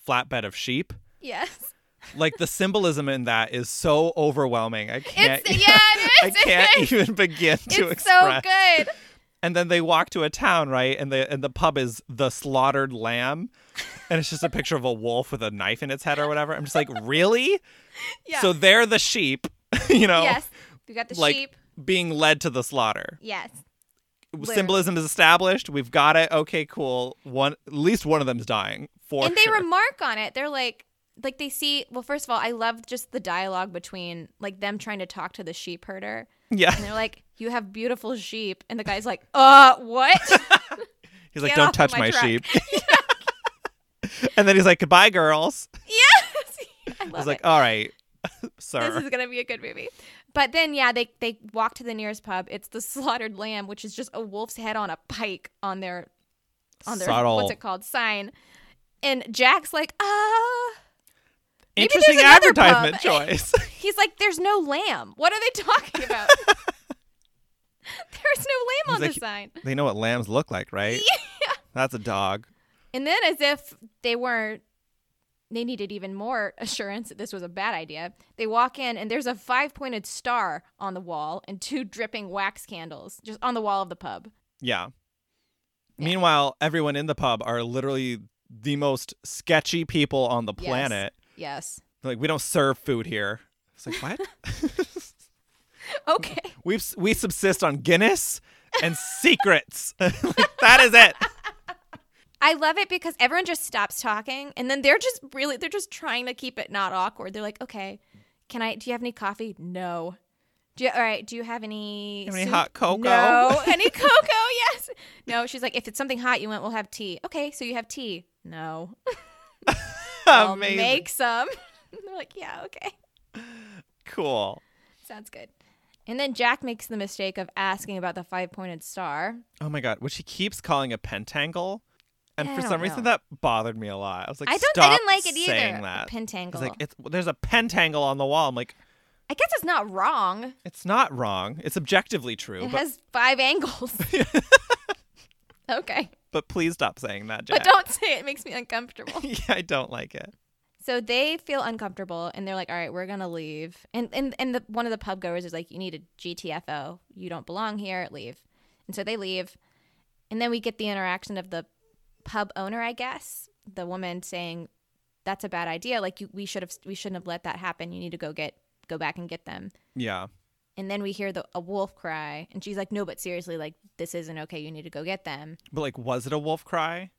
flatbed of sheep.
Yes.
Like the symbolism in that is so overwhelming. I can't.
It's, yeah,
I
it is.
can't
it is.
even begin to
It's so
express.
good.
And then they walk to a town, right? And the and the pub is the slaughtered lamb, and it's just a picture of a wolf with a knife in its head or whatever. I'm just like, really?
Yeah.
So they're the sheep, you know,
yes. We got the
like
sheep.
being led to the slaughter.
Yes.
Symbolism is established. We've got it. Okay, cool. One, at least one of them's dying. For
and they
sure.
remark on it. They're like, like they see. Well, first of all, I love just the dialogue between like them trying to talk to the sheep herder, and
yeah.
they're like, "You have beautiful sheep," and the guy's like, "Uh, what?"
He's like,
"Get
don't
off
touch
my
my,
truck."
sheep. and then he's like, goodbye, girls.
yes, I love
I was like, "Uh."
it.
all right, sir.
This is gonna be a good movie. But then, yeah, they they walk to the nearest pub. It's the slaughtered lamb, which is just a wolf's head on a pike on their on their
Subtle.
what's it called sign. And Jack's like, ah, maybe there's
Interesting
another
advertisement
pub.
choice.
He's like, "There's no lamb. What are they talking about? There's no
He's
lamb on
like-
the sign."
they know what lambs look like, right?
Yeah.
That's a dog.
And then, as if they weren't, they needed even more assurance that this was a bad idea. They walk in, and there's a five-pointed star on the wall and two dripping wax candles just on the wall of the pub.
Yeah.
Yeah.
Meanwhile, everyone in the pub are literally the most sketchy people on the
Yes.
planet.
Yes.
Like we don't serve food here. It's like what?
Okay.
we we subsist on Guinness and secrets. Like, that is it.
I love it because everyone just stops talking and then they're just really they're just trying to keep it not awkward. They're like, "Okay, can I do you have any coffee?" No. Do you, all right, do you have any
Have any
soup?
hot cocoa?
No. any cocoa? Yes. No, she's like, "If it's something hot you want, we'll have tea." Okay, so you have tea. No. I'll
Amazing.
make some. they're like, "Yeah, okay."
Cool.
Sounds good. And then Jack makes the mistake of asking about the five-pointed star.
Oh my god, which he keeps calling a pentangle. And
Yeah, I
for
don't
some reason
know.
that bothered me a lot. I was like,
I don't
Stop
I didn't like it either.
saying
A
That. He's
Pentangle.
like, it's, there's a pentangle on the wall. I'm like,
I guess it's not wrong.
it's not wrong. It's objectively true,
It
but,
has five angles. okay.
but please stop saying that, Jack.
But don't say it. it makes me uncomfortable.
yeah, I don't like it.
so they feel uncomfortable and they're like, all right, we're gonna leave. And and, and the one of the pub goers is like, You need a GTFO. You don't belong here, leave. And so they leave. And then we get the interaction of the pub owner, I guess, the woman saying, That's a bad idea. Like you, we should have we shouldn't have let that happen. You need to go get go back and get them.
Yeah.
And then we hear the a wolf cry and she's like, No, but seriously, like this isn't okay. You need to go get them.
But like was it a wolf cry?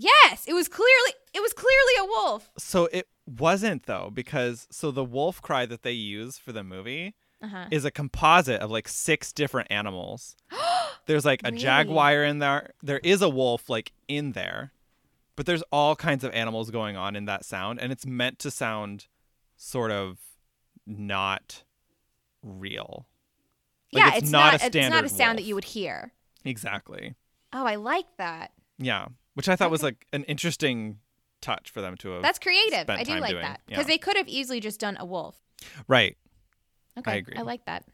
Yes, it was clearly it was clearly a wolf.
So it wasn't though because so the wolf cry that they use for the movie
Uh-huh.
is a composite of like six different animals. There's like a
Really?
jaguar in there. There is a wolf like in there. But there's all kinds of animals going on in that sound and it's meant to sound sort of not real. Like,
yeah, it's, not,
a
it's not
standard
a sound
wolf.
that you would hear.
Exactly.
Oh, I like that.
Yeah, which I thought was like an interesting touch for them to have.
That's creative.
Spend
I do
time
like
doing-
that
yeah.
because they could have easily just done a wolf.
right.
Okay,
agree.
I like that.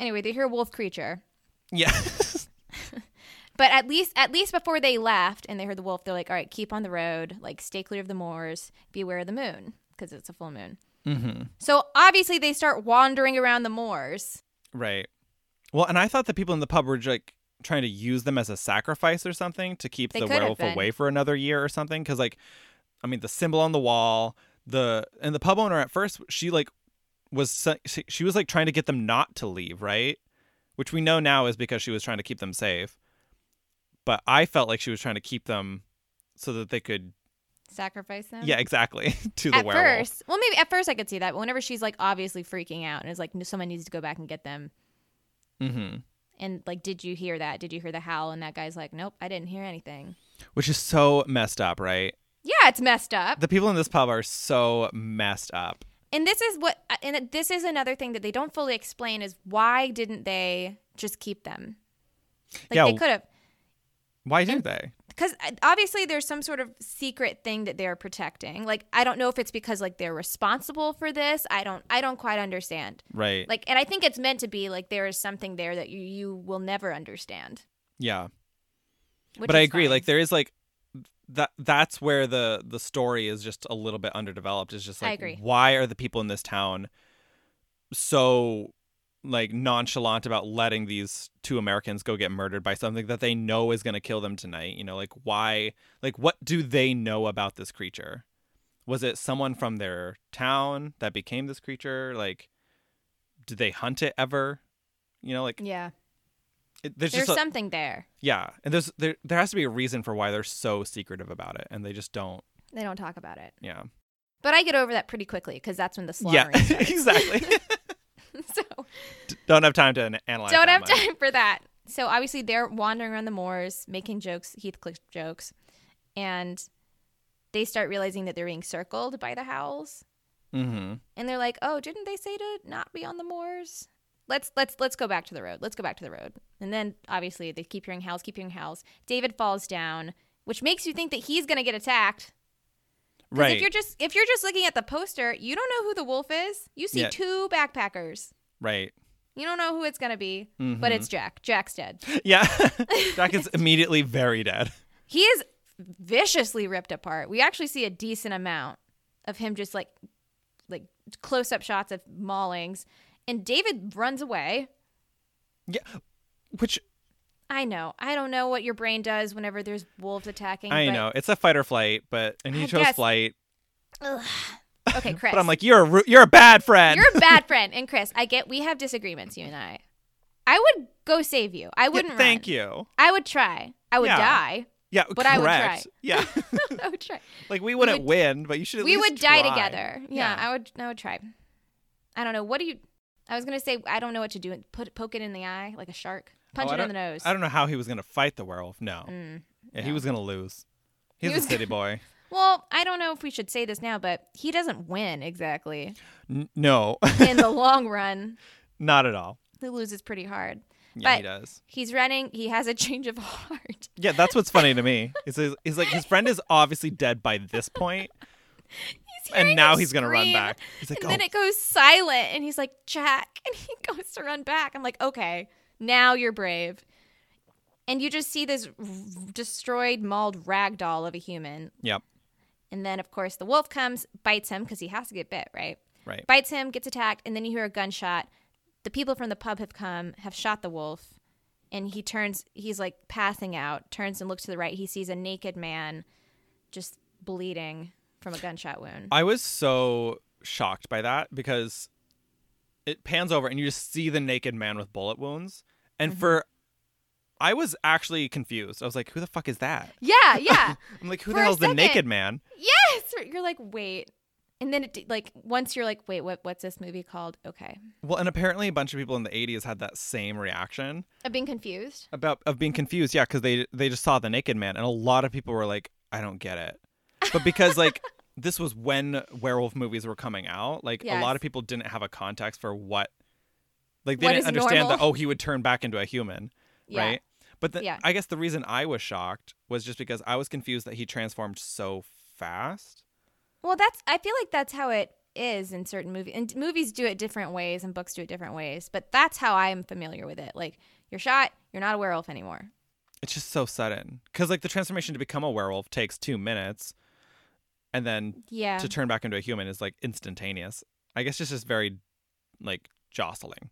Anyway, they hear a wolf creature,
Yeah.
but at least at least before they left and they heard the wolf, they're like, "All right, keep on the road. Like, stay clear of the moors. Beware of the moon." because it's a full moon.
Mm-hmm.
So obviously they start wandering around the moors.
Right. Well, and I thought the people in the pub were like trying to use them as a sacrifice or something to keep
They
the
could have
werewolf
been.
away for another year or something. Because like, I mean, the symbol on the wall, the and the pub owner at first she like was se- she she was like trying to get them not to leave, right? Which we know now is because she was trying to keep them safe. But I felt like she was trying to keep them so that they could,
Sacrifice them.
yeah, exactly, to the
At
werewolf.
first, well, maybe at first I could see that, but whenever she's like obviously freaking out and is like, someone needs to go back and get them,
Mm-hmm.
and like, did you hear that? Did you hear the howl? And that guy's like, nope, I didn't hear anything.
Which is so messed up, right?
Yeah, it's messed up.
The people in this pub are so messed up.
and this is what uh, and this is another thing that they don't fully explain is why didn't they just keep them like
Yeah,
they
w-
could have
Why didn't they?
because obviously there's some sort of secret thing that they're protecting like i don't know if it's because like they're responsible for this i don't i don't quite understand
Right.
like and i think it's meant to be like there is something there that you, you will never understand
yeah.
which
But I
is
agree.
fine.
Like there is like that that's where the the story is just a little bit underdeveloped. Is just
I
like
agree.
why are the people in this town so like nonchalant about letting these two Americans go get murdered by something that they know is going to kill them tonight? You know, like why like what do they know about this creature? Was it someone from their town that became this creature? Like did they hunt it ever? You know, like
yeah
it, there's,
there's
just a,
something there
yeah, and there's there there has to be a reason for why they're so secretive about it, and they just don't.
they don't talk about it
Yeah.
but i get over that pretty quickly because that's when the
yeah.
slaughtering starts.
exactly.
so
don't have time to an- analyze.
don't
that
have
much.
time for that. So obviously they're wandering around the moors, making jokes, Heathcliff jokes, and they start realizing that they're being circled by the howls,
Mhm.
and they're like, "Oh, didn't they say to not be on the moors? Let's let's let's go back to the road. Let's go back to the road." And then obviously they keep hearing howls, keep hearing howls. David falls down, which makes you think that he's gonna get attacked. 'Cause
Right.
If you're just if you're just looking at the poster, you don't know who the wolf is. You see
Yeah.
two backpackers.
Right.
You don't know who it's gonna be,
Mhm.
but it's Jack. Jack's dead.
Yeah. Jack is immediately very dead.
he is viciously ripped apart. We actually see a decent amount of him just like like close up shots of maulings and David runs away.
Yeah. Which
I know. I don't know what your brain does whenever there's wolves attacking.
I
but-
know it's a fight or flight, but and he
I
chose
guess-
flight.
Ugh. Okay, Chris.
But I'm like, you're a ru- you're a bad friend.
you're a bad friend. And Chris, I get we have disagreements, you and I. I would go save you. I wouldn't
Thank
run.
you.
I would try. I would
Yeah.
die.
Yeah.
But I
correct.
would try.
Yeah.
I would try.
like we wouldn't
would-
win, but you should. At
we
least
would die
try.
together.
Yeah.
Yeah, I would. I would try. I don't know. What do you? I was gonna say I don't know what to do. Put poke it in the eye like a shark. Punch
Oh, I
it in the
don't-
nose.
I don't know how he was gonna fight the werewolf. No.
Mm.
Yeah, he
No.
was gonna lose.
He
He's
was
a city boy.
Well, I don't know if we should say this now, but he doesn't win exactly
N- no,
in the long run.
not at all.
He loses pretty hard.
Yeah, he
But-
does.
He's running. He has a change of heart.
Yeah, that's what's funny to me. Is is, is like his friend is obviously dead by this point,
He's hearing
and now
him
he's gonna run
scream,
back. He's like,
And
oh,
then it goes silent, and he's like, Jack. And he goes to run back. I'm like, okay, now you're brave. And you just see this r- destroyed, mauled ragdoll of a human.
yep,
And then, of course, the wolf comes, bites him because he has to get bit, right?
right,
Bites him, gets attacked, and then you hear a gunshot. The people from the pub have come, have shot the wolf, and he turns, he's like passing out, turns and looks to the right. He sees a naked man just bleeding from a gunshot wound.
I was so shocked by that because it pans over and you just see the naked man with bullet wounds.
Mm-hmm.
And for I was actually confused. I was like, who the fuck is that?
yeah, yeah.
I'm like, who
For
the
a
hell's the
second.
naked man?
yes. You're like, wait. And then it, like, once you're like, wait, what, what's this movie called? Okay.
Well, and apparently a bunch of people in the 80s had that same reaction.
I've been confused.
about of being confused yeah because they they just saw the naked man and a lot of people were like i don't get it but because like this was when werewolf movies were coming out like a lot
Yes.
of people didn't have a context for what like they
What
didn't
is
understand that
normal?
oh he would turn back into a human
Yeah.
right but the,
Yeah.
i guess the reason i was shocked was just because i was confused that he transformed so fast
Well, that's I feel like that's how it is in certain movies. And movies do it different ways and books do it different ways, but that's how I am familiar with it. Like you're shot, you're not a werewolf anymore.
it's just so sudden because like the transformation to become a werewolf takes two minutes and then
Yeah.
to turn back into a human is like instantaneous. I guess it's just very like jostling.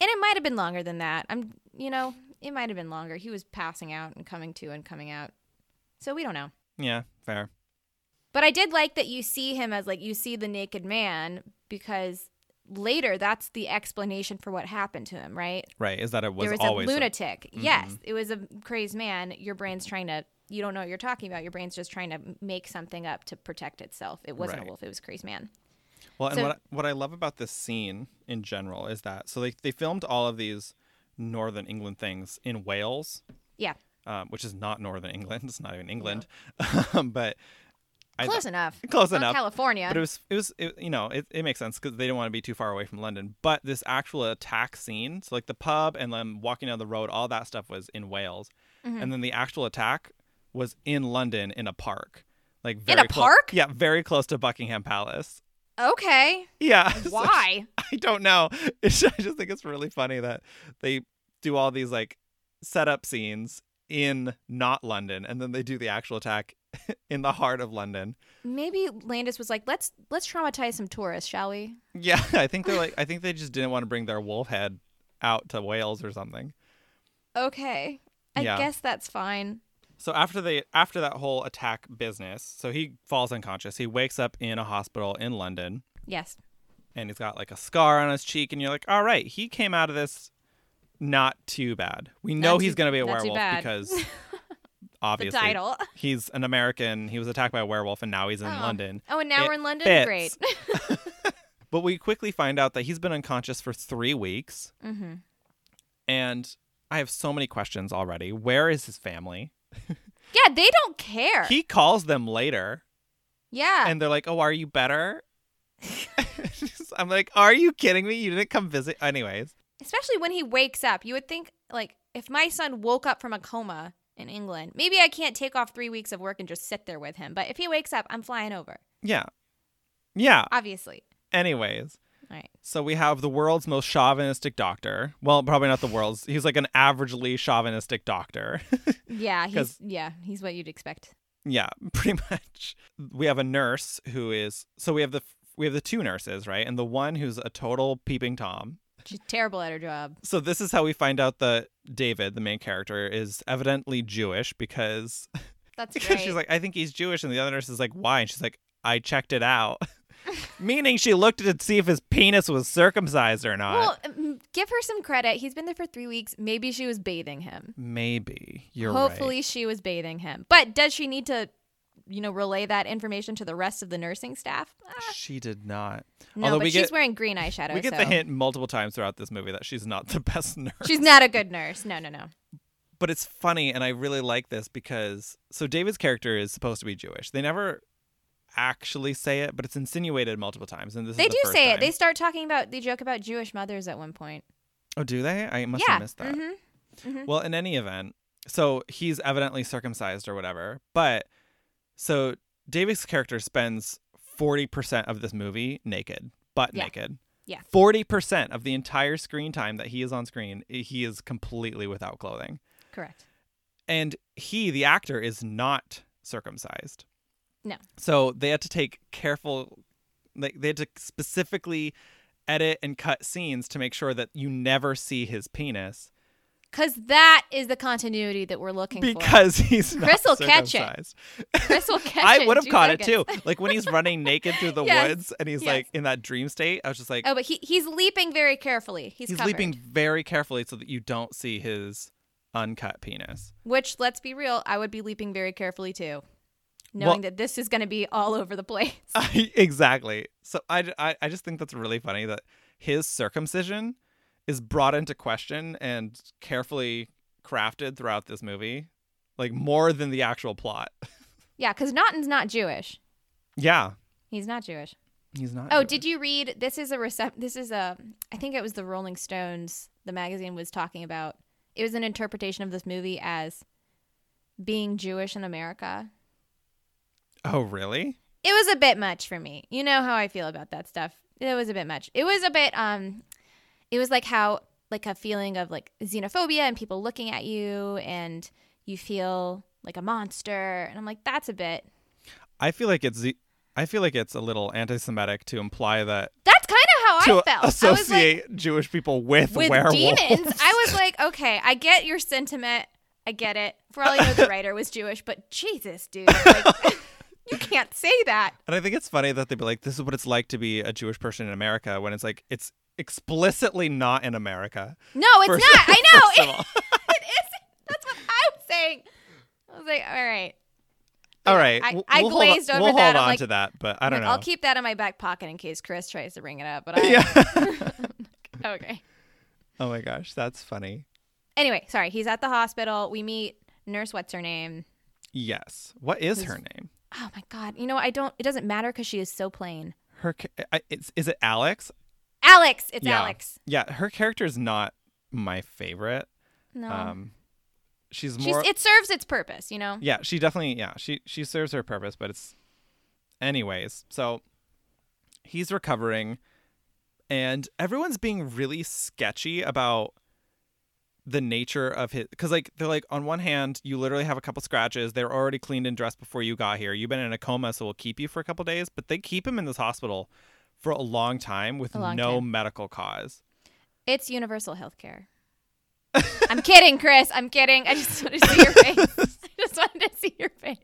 And it might have been longer than that. I'm, you know, it might have been longer. He was passing out and coming to and coming out. So we don't know.
Yeah, fair.
But I did like that you see him as like you see the naked man because later that's the explanation for what happened to him, right?
Right. Is that it was,
there was
always
a
a- Mm-hmm.
lunatic. Yes, it was a crazed man. Your brain's trying to you don't know what you're talking about. Your brain's just trying to m- make something up to protect itself. It wasn't
Right.
a wolf, it was a crazed man.
Well, and
So-
what what I love about this scene in general is that so they they filmed all of these northern England things in Wales,
Yeah.
um, which is not northern England. It's not even England, um, but I-
Close enough.
Close
Not
enough.
California.
But it was it was it, you know it, it makes sense because they didn't want to be too far away from London. But this actual attack scene, so like the pub and then walking down the road, all that stuff was in Wales,
Mm-hmm.
and then the actual attack was in London in a park, like
a
very clo-
park?
Yeah, very close to Buckingham Palace.
okay.
Yeah. so-
Why?
I don't know. It's, I just think it's really funny that they do all these like setup scenes in not London, and then they do the actual attack in the heart of London.
Maybe Landis was like, "Let's let's traumatize some tourists, shall we?"
Yeah, I think they're like I think they just didn't want to bring their wolf head out to Wales or something.
Okay. I
Yeah.
guess that's fine.
So after they after that whole attack business, so he falls unconscious. He wakes up in a hospital in London
Yes.
and he's got like a scar on his cheek and you're like, "All right, he came out of this not too bad. We know
too-
he's going to be a
not too
werewolf
bad.
because obviously
title.
he's an American. He was attacked by a werewolf and now he's in
Oh.
London.
Oh, and now
It
we're in London.
fits.
Great.
But we quickly find out that he's been unconscious for three weeks. Mm-hmm. And I have so many questions already. Where is his family?
yeah, they don't care.
He calls them later
yeah.
and they're like, Oh, are you better? I'm like, Are you kidding me? You didn't come visit. Anyways,
Especially when he wakes up. You would think like if my son woke up from a coma in England, maybe I can't take off 3 weeks of work and just sit there with him. But if he wakes up, I'm flying over.
yeah. Yeah.
Obviously.
Anyways.
All right.
So we have the world's most chauvinistic doctor. Well, probably not the world's. He's like an averagely chauvinistic doctor.
Yeah, he's
'Cause-
yeah, he's what you'd expect.
Yeah, pretty much. We have a nurse who is so we have the we have the two nurses, right? And the one who's a total peeping tom.
She's terrible at her job.
So this is how we find out that David, the main character, is evidently Jewish because
That's
because
great.
she's like, I think he's Jewish, and the other nurse is like, why? And she's like, I checked it out, meaning she looked at it to see if his penis was circumcised or not.
well, um, give her some credit. He's been there for 3 weeks. Maybe she was bathing him.
Maybe you're
Hopefully
right.
she was bathing him. But does she need to, you know, relay that information to the rest of the nursing staff? Ah,
she did not.
no,
Although
but
we
she's
get
wearing green eyeshadow.
we get
so.
the hint multiple times throughout this movie that she's not the best nurse.
She's not a good nurse. No, no, no.
but it's funny and i really like this because so david's character is supposed to be jewish they never actually say it but it's insinuated multiple times and this
They
is the
do
first
say it.
time.
They start talking about they joke about Jewish mothers at one point.
oh do they i must
yeah.
have missed that
hmm
well in any event so he's evidently circumcised or whatever but so david's character spends 40% of this movie naked butt
Yeah.
naked
Yeah.
40% of the entire screen time that he is on screen he is completely without clothing
Correct.
and he the actor is not circumcised
No.
so they had to take careful like they had to specifically edit and cut scenes to make sure that you never see his penis
Because that is the continuity that we're looking for.
because he's not
Oh, Chris will catch it.
circumcised.
Chris will catch it
I
in
would have
two
caught
seconds.
it too. Like when he's running naked through the
Yes.
woods and he's
Yes.
like in that dream state. I was just like,
Oh, but he, he's leaping very carefully. He's,
he's
covered.
leaping very carefully so that you don't see his uncut penis.
Which, let's be real, I would be leaping very carefully too, knowing
Well-
that this is going to be all over the place.
I- exactly. So I, ju- I, I just think that's really funny that his circumcision is brought into question and carefully crafted throughout this movie, like more than the actual plot.
Yeah, because Naughton's not Jewish.
yeah,
He's not Jewish.
he's not.
Oh, did you read? This is a recep- This is a. I think it was the Rolling Stones. The magazine was talking about. It was an interpretation of this movie as being Jewish in America.
Oh, really?
It was a bit much for me. You know how I feel about that stuff. It was a bit much. It was a bit. Um, it was like how like a feeling of like xenophobia and people looking at you and you feel like a monster. And I'm like, that's a bit.
I feel like it's the- I feel like it's a little anti-Semitic to imply that
That's kind of how
to
I felt. I was like,
associate Jewish people with,
with
werewolves.
demons, I was like, okay, I get your sentiment. I get it. For all you know, the writer was Jewish, but Jesus, dude, like, you can't say that.
And I think it's funny that they'd be like, "This is what it's like to be a Jewish person in America," when it's like it's explicitly not in America.
No, it's
First-
not. I know.
first of
It,
all.
it isn't. That's what I was saying. I was like, all right.
All right,
I-
w-
I
we'll hold on-
glazed over
we'll
that.
hold
I'm
on
like-
to that, but I don't
Like,
know.
I'll keep that in my back pocket in case Chris tries to bring it up. But I,
yeah.
okay.
oh my gosh, that's funny.
Anyway, sorry. He's at the hospital. We meet nurse. What's her name?
Yes. What is her name?
Oh my god. You know I don't. It doesn't matter because she is so plain.
Her ca- I, it's, is it Alex?
Alex. It's
yeah.
Alex.
Yeah, her character is not my favorite.
No.
Um, she's
She's,
more.
it serves its purpose. You know.
yeah, she definitely. Yeah, she she serves her purpose, but it's. Anyways, so he's recovering, and everyone's being really sketchy about the nature of his because like they're like on one hand you literally have a couple scratches they're already cleaned and dressed before you got here you've been in a coma so we'll keep you for a couple days but they keep him in this hospital for a long time with
A long
no
time.
medical cause
It's universal health care. I'm kidding, Chris. I'm kidding. I just wanted to see your face. I just wanted to see your face.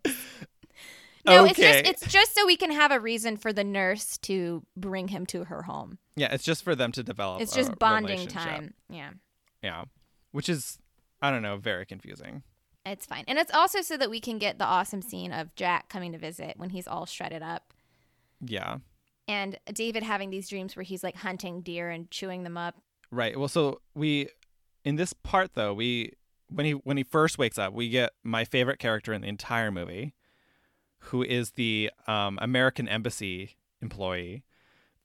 No,
Okay.
it's just it's just so we can have a reason for the nurse to bring him to her home.
yeah it's just for them to develop
It's
a
just bonding
relationship.
time. Yeah.
Yeah. Which is, I don't know, very confusing.
It's fine. And it's also so that we can get the awesome scene of Jack coming to visit when he's all shredded up
Yeah.
and David having these dreams where he's like hunting deer and chewing them up.
Right. Well, so we, in this part though, we, when he, when he first wakes up, we get my favorite character in the entire movie, who is the um, American Embassy employee.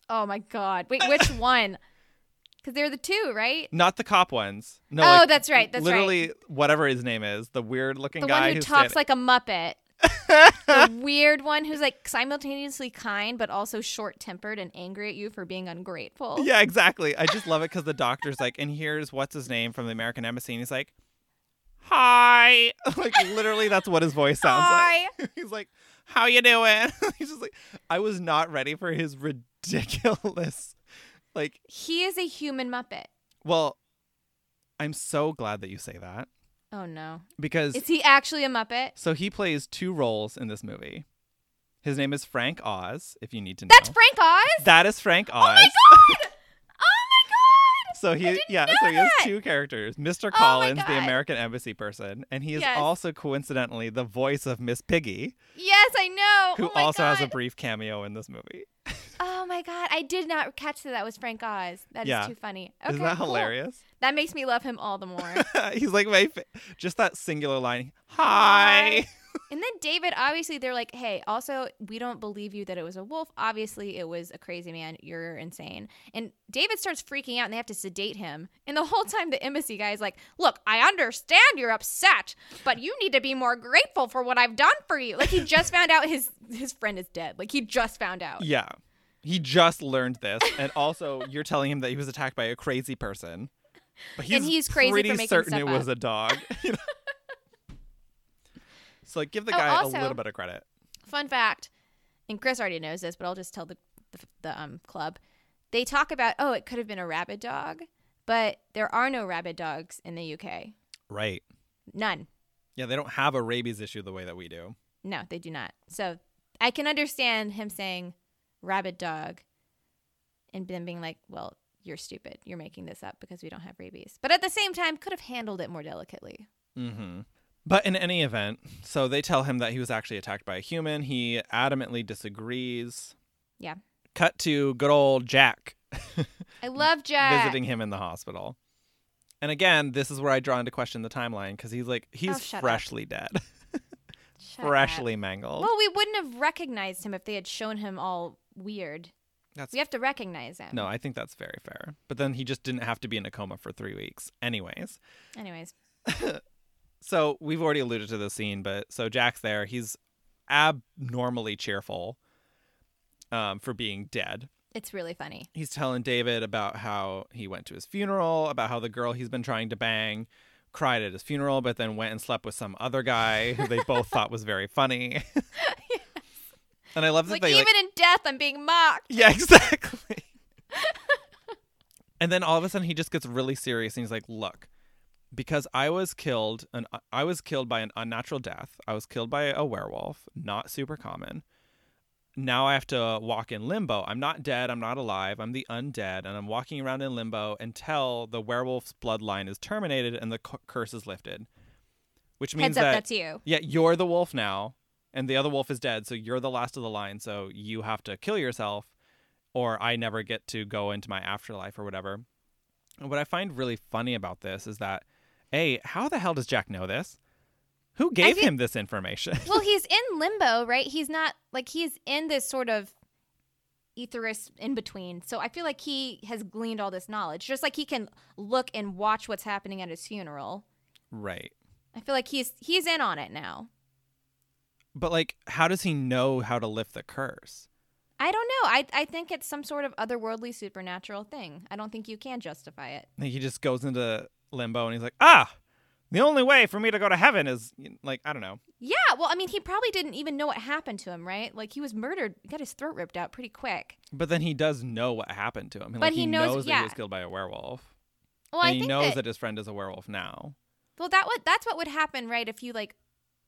Oh my god. Wait, which one? Cuz they're the two, right?
Not the cop ones. No.
Oh,
like,
that's right, that's right.
literally whatever his name is, the weird looking
The
guy
one who
who's
talks
standing-
like a Muppet. the weird one who's like simultaneously kind but also short tempered and angry at you for being ungrateful.
Yeah, exactly. I just love it because the doctor's like, and here's what's his name from the American Embassy, and he's like, "Hi," like literally, that's what his voice sounds like. he's like, "How you doing?" he's just like, I was not ready for his ridiculous, like,
He is a human Muppet.
well, I'm so glad that you say that
Oh no.
because
Is he actually a Muppet?
so he plays two roles in this movie. His name is Frank Oz. If you need to know,
That's Frank Oz?
that is Frank Oz.
Oh my god! Oh
So he, yeah,
know
so he has
that. Oh
two characters: Mr.
my
Collins, the
God.
American embassy person, and he is
Yes.
also coincidentally the voice of Miss Piggy,
my god! Yes, I know.
who
oh my
also
god.
has a brief cameo in this movie.
Oh my god! I did not catch that. That was Frank Oz. That is
Yeah.
too funny. Okay,
Isn't that
cool.
hilarious?
That makes me love him all the more.
He's like my, fa- just that singular line, "Hi."
And then David, obviously, they're like, hey, also, we don't believe you that it was a wolf. Obviously, it was a crazy man. You're insane. And David starts freaking out and they have to sedate him. And the whole time, the embassy guy is like, look, I understand you're upset, but you need to be more grateful for what I've done for you. Like, he just found out his, his friend is dead. Like, he just found out.
Yeah, he just learned this, and also you're telling him that he was attacked by a crazy person, but he's,
And he's crazy for
pretty
making
certain
stuff
it was
up.
a dog. you know? so like, give the
Oh,
guy
also-
a little bit of credit.
Fun fact, and Chris already knows this, but I'll just tell the, the, the um, club. They talk about, oh, it could have been a rabid dog, but there are no rabid dogs in the UK.
Right.
None.
Yeah, they don't have a rabies issue the way that we do.
No, they do not. So I can understand him saying rabid dog and then being like, well, you're stupid. You're making this up because we don't have rabies. But at the same time, could have handled it more delicately.
Mm-hmm. But in any event, so they tell him that he was actually attacked by a human. He adamantly disagrees.
Yeah.
Cut to good old Jack
I love Jack.
visiting him in the hospital. And again, this is where I draw into question the timeline because he's like,
Oh,
he's
shut up.
freshly dead,
Shut up.
freshly mangled.
Well, we wouldn't have recognized him if they had shown him all weird.
That's
We have to recognize him.
no, I think that's very fair. But then he just didn't have to be in a coma for three weeks, anyways.
Anyways,
so we've already alluded to this scene, but so Jack's there. He's abnormally cheerful um, for being dead.
it's really funny.
He's telling David about how he went to his funeral, about how the girl he's been trying to bang cried at his funeral, but then went and slept with some other guy who they both thought was very funny. And I love that
Like,
they
even
like,
in death, I'm being mocked.
yeah, exactly. and then all of a sudden he just gets really serious and he's like, "Look, because I was killed and I was killed by an unnatural death. I was killed by a werewolf, not super common. Now I have to walk in limbo. I'm not dead, I'm not alive. I'm the undead and I'm walking around in limbo until the werewolf's bloodline is terminated and the cu- curse is lifted." Which means
Heads up,
that
that's you.
yeah, you're the wolf now, and the other wolf is dead, so you're the last of the line, so you have to kill yourself, or I never get to go into my afterlife or whatever. And what I find really funny about this is that, A, how the hell does Jack know this? Who gave
feel-
him this information?
well, he's in limbo, right? He's not like he's in this sort of etherist in between. So I feel like he has gleaned all this knowledge, just like he can look and watch what's happening at his funeral.
right.
I feel like he's he's in on it now.
But, like, how does he know how to lift the curse?
I don't know. I I think it's some sort of otherworldly supernatural thing. I don't think you can justify it.
Like, he just goes into limbo and he's like, ah, the only way for me to go to heaven is, like, I don't know.
Yeah, well, I mean, he probably didn't even know what happened to him, right? Like he was murdered, got his throat ripped out pretty quick.
But then he does know what happened to him.
But
like,
he
he
knows-
that
yeah.
he was killed by a werewolf.
Well, I
and he
think
knows
that,
that... his friend is a werewolf now.
well, that what that's what would happen, right? If you like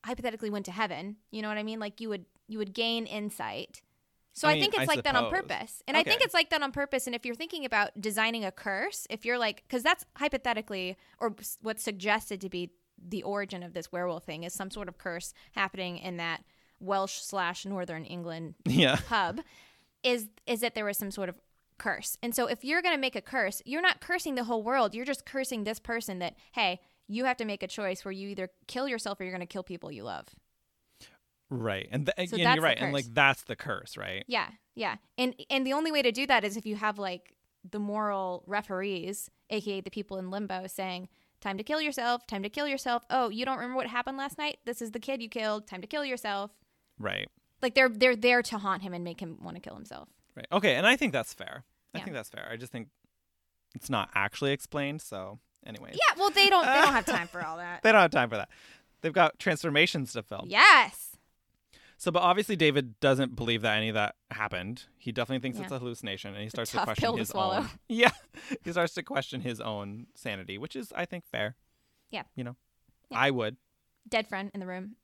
hypothetically went to heaven, you know what I mean? Like you would you would gain insight. So I,
I mean,
think it's
I
like that on
suppose.
purpose, and I think
Okay.
it's like that on purpose. And if you're thinking about designing a curse, if you're like, because that's hypothetically or s- what's suggested to be the origin of this werewolf thing is some sort of curse happening in that Welsh slash Northern England
Yeah.
pub is is that there was some sort of curse. And so if you're going to make a curse, you're not cursing the whole world. You're just cursing this person that hey, you have to make a choice where you either kill yourself or you're going to kill people you love.
Right. And, th-
So
and you're
that's the
right. And
curse.
like that's the curse, right?
Yeah. Yeah. And and the only way to do that is if you have like the moral referees, aka the people in limbo saying Time to kill yourself. Time to kill yourself. Oh, you don't remember what happened last night? This is the kid you killed. Time to kill yourself.
Right.
Like they're they're there to haunt him and make him want to kill himself.
Right. Okay. And I think that's fair. I
Yeah.
think that's fair. I just think it's not actually explained. So, anyways,
Yeah, well they don't they don't have time for all that.
they don't have time for that. They've got transformations to film.
Yes.
So, but obviously, David doesn't believe that any of that happened. He definitely thinks it's
Yeah.
a hallucination, and he starts to
tough
question
pill to
his
swallow.
own. Yeah, he starts to question his own sanity, which is, I think, fair.
Yeah.
you know,
Yeah.
I would.
Dead friend in the room.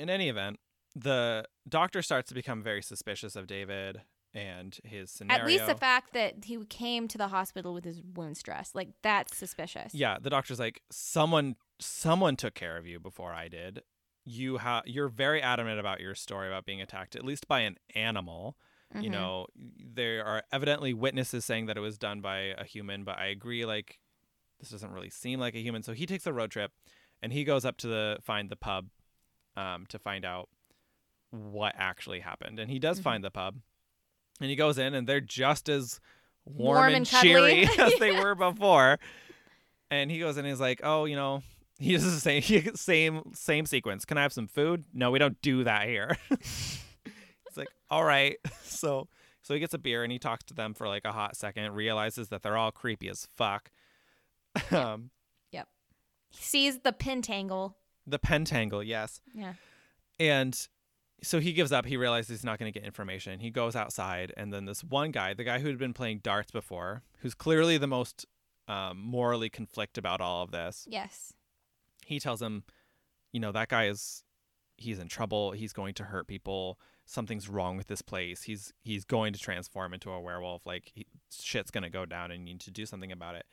in any event, the doctor starts to become very suspicious of David and his scenario.
At least the fact that he came to the hospital with his wounds dressed, like that's suspicious.
yeah, the doctor's like, someone, someone took care of you before I did. You ha- you're very adamant about your story about being attacked, at least by an animal. You
Mhm.
know, there are evidently witnesses saying that it was done by a human, but I agree, like, this doesn't really seem like a human. So he takes a road trip and he goes up to the find the pub um, to find out what actually happened. And he does
Mhm.
find the pub and he goes in and they're just as warm,
Warm
and,
and cuddly.
cheery as they were before. And he goes in and he's like, oh, you know, he does the same same same sequence. Can I have some food? No, we don't do that here. It's like, all right. So so he gets a beer and he talks to them for like a hot second, realizes that they're all creepy as fuck. Um,
He sees the pentangle.
the pentangle, yes.
Yeah.
And so he gives up. He realizes he's not going to get information. He goes outside, and then this one guy, the guy who had been playing darts before, who's clearly the most um, morally conflict about all of this,
Yes.
he tells him, you know, that guy is he's in trouble. He's going to hurt people. Something's wrong with this place. He's he's going to transform into a werewolf. Like he, shit's going to go down and you need to do something about it.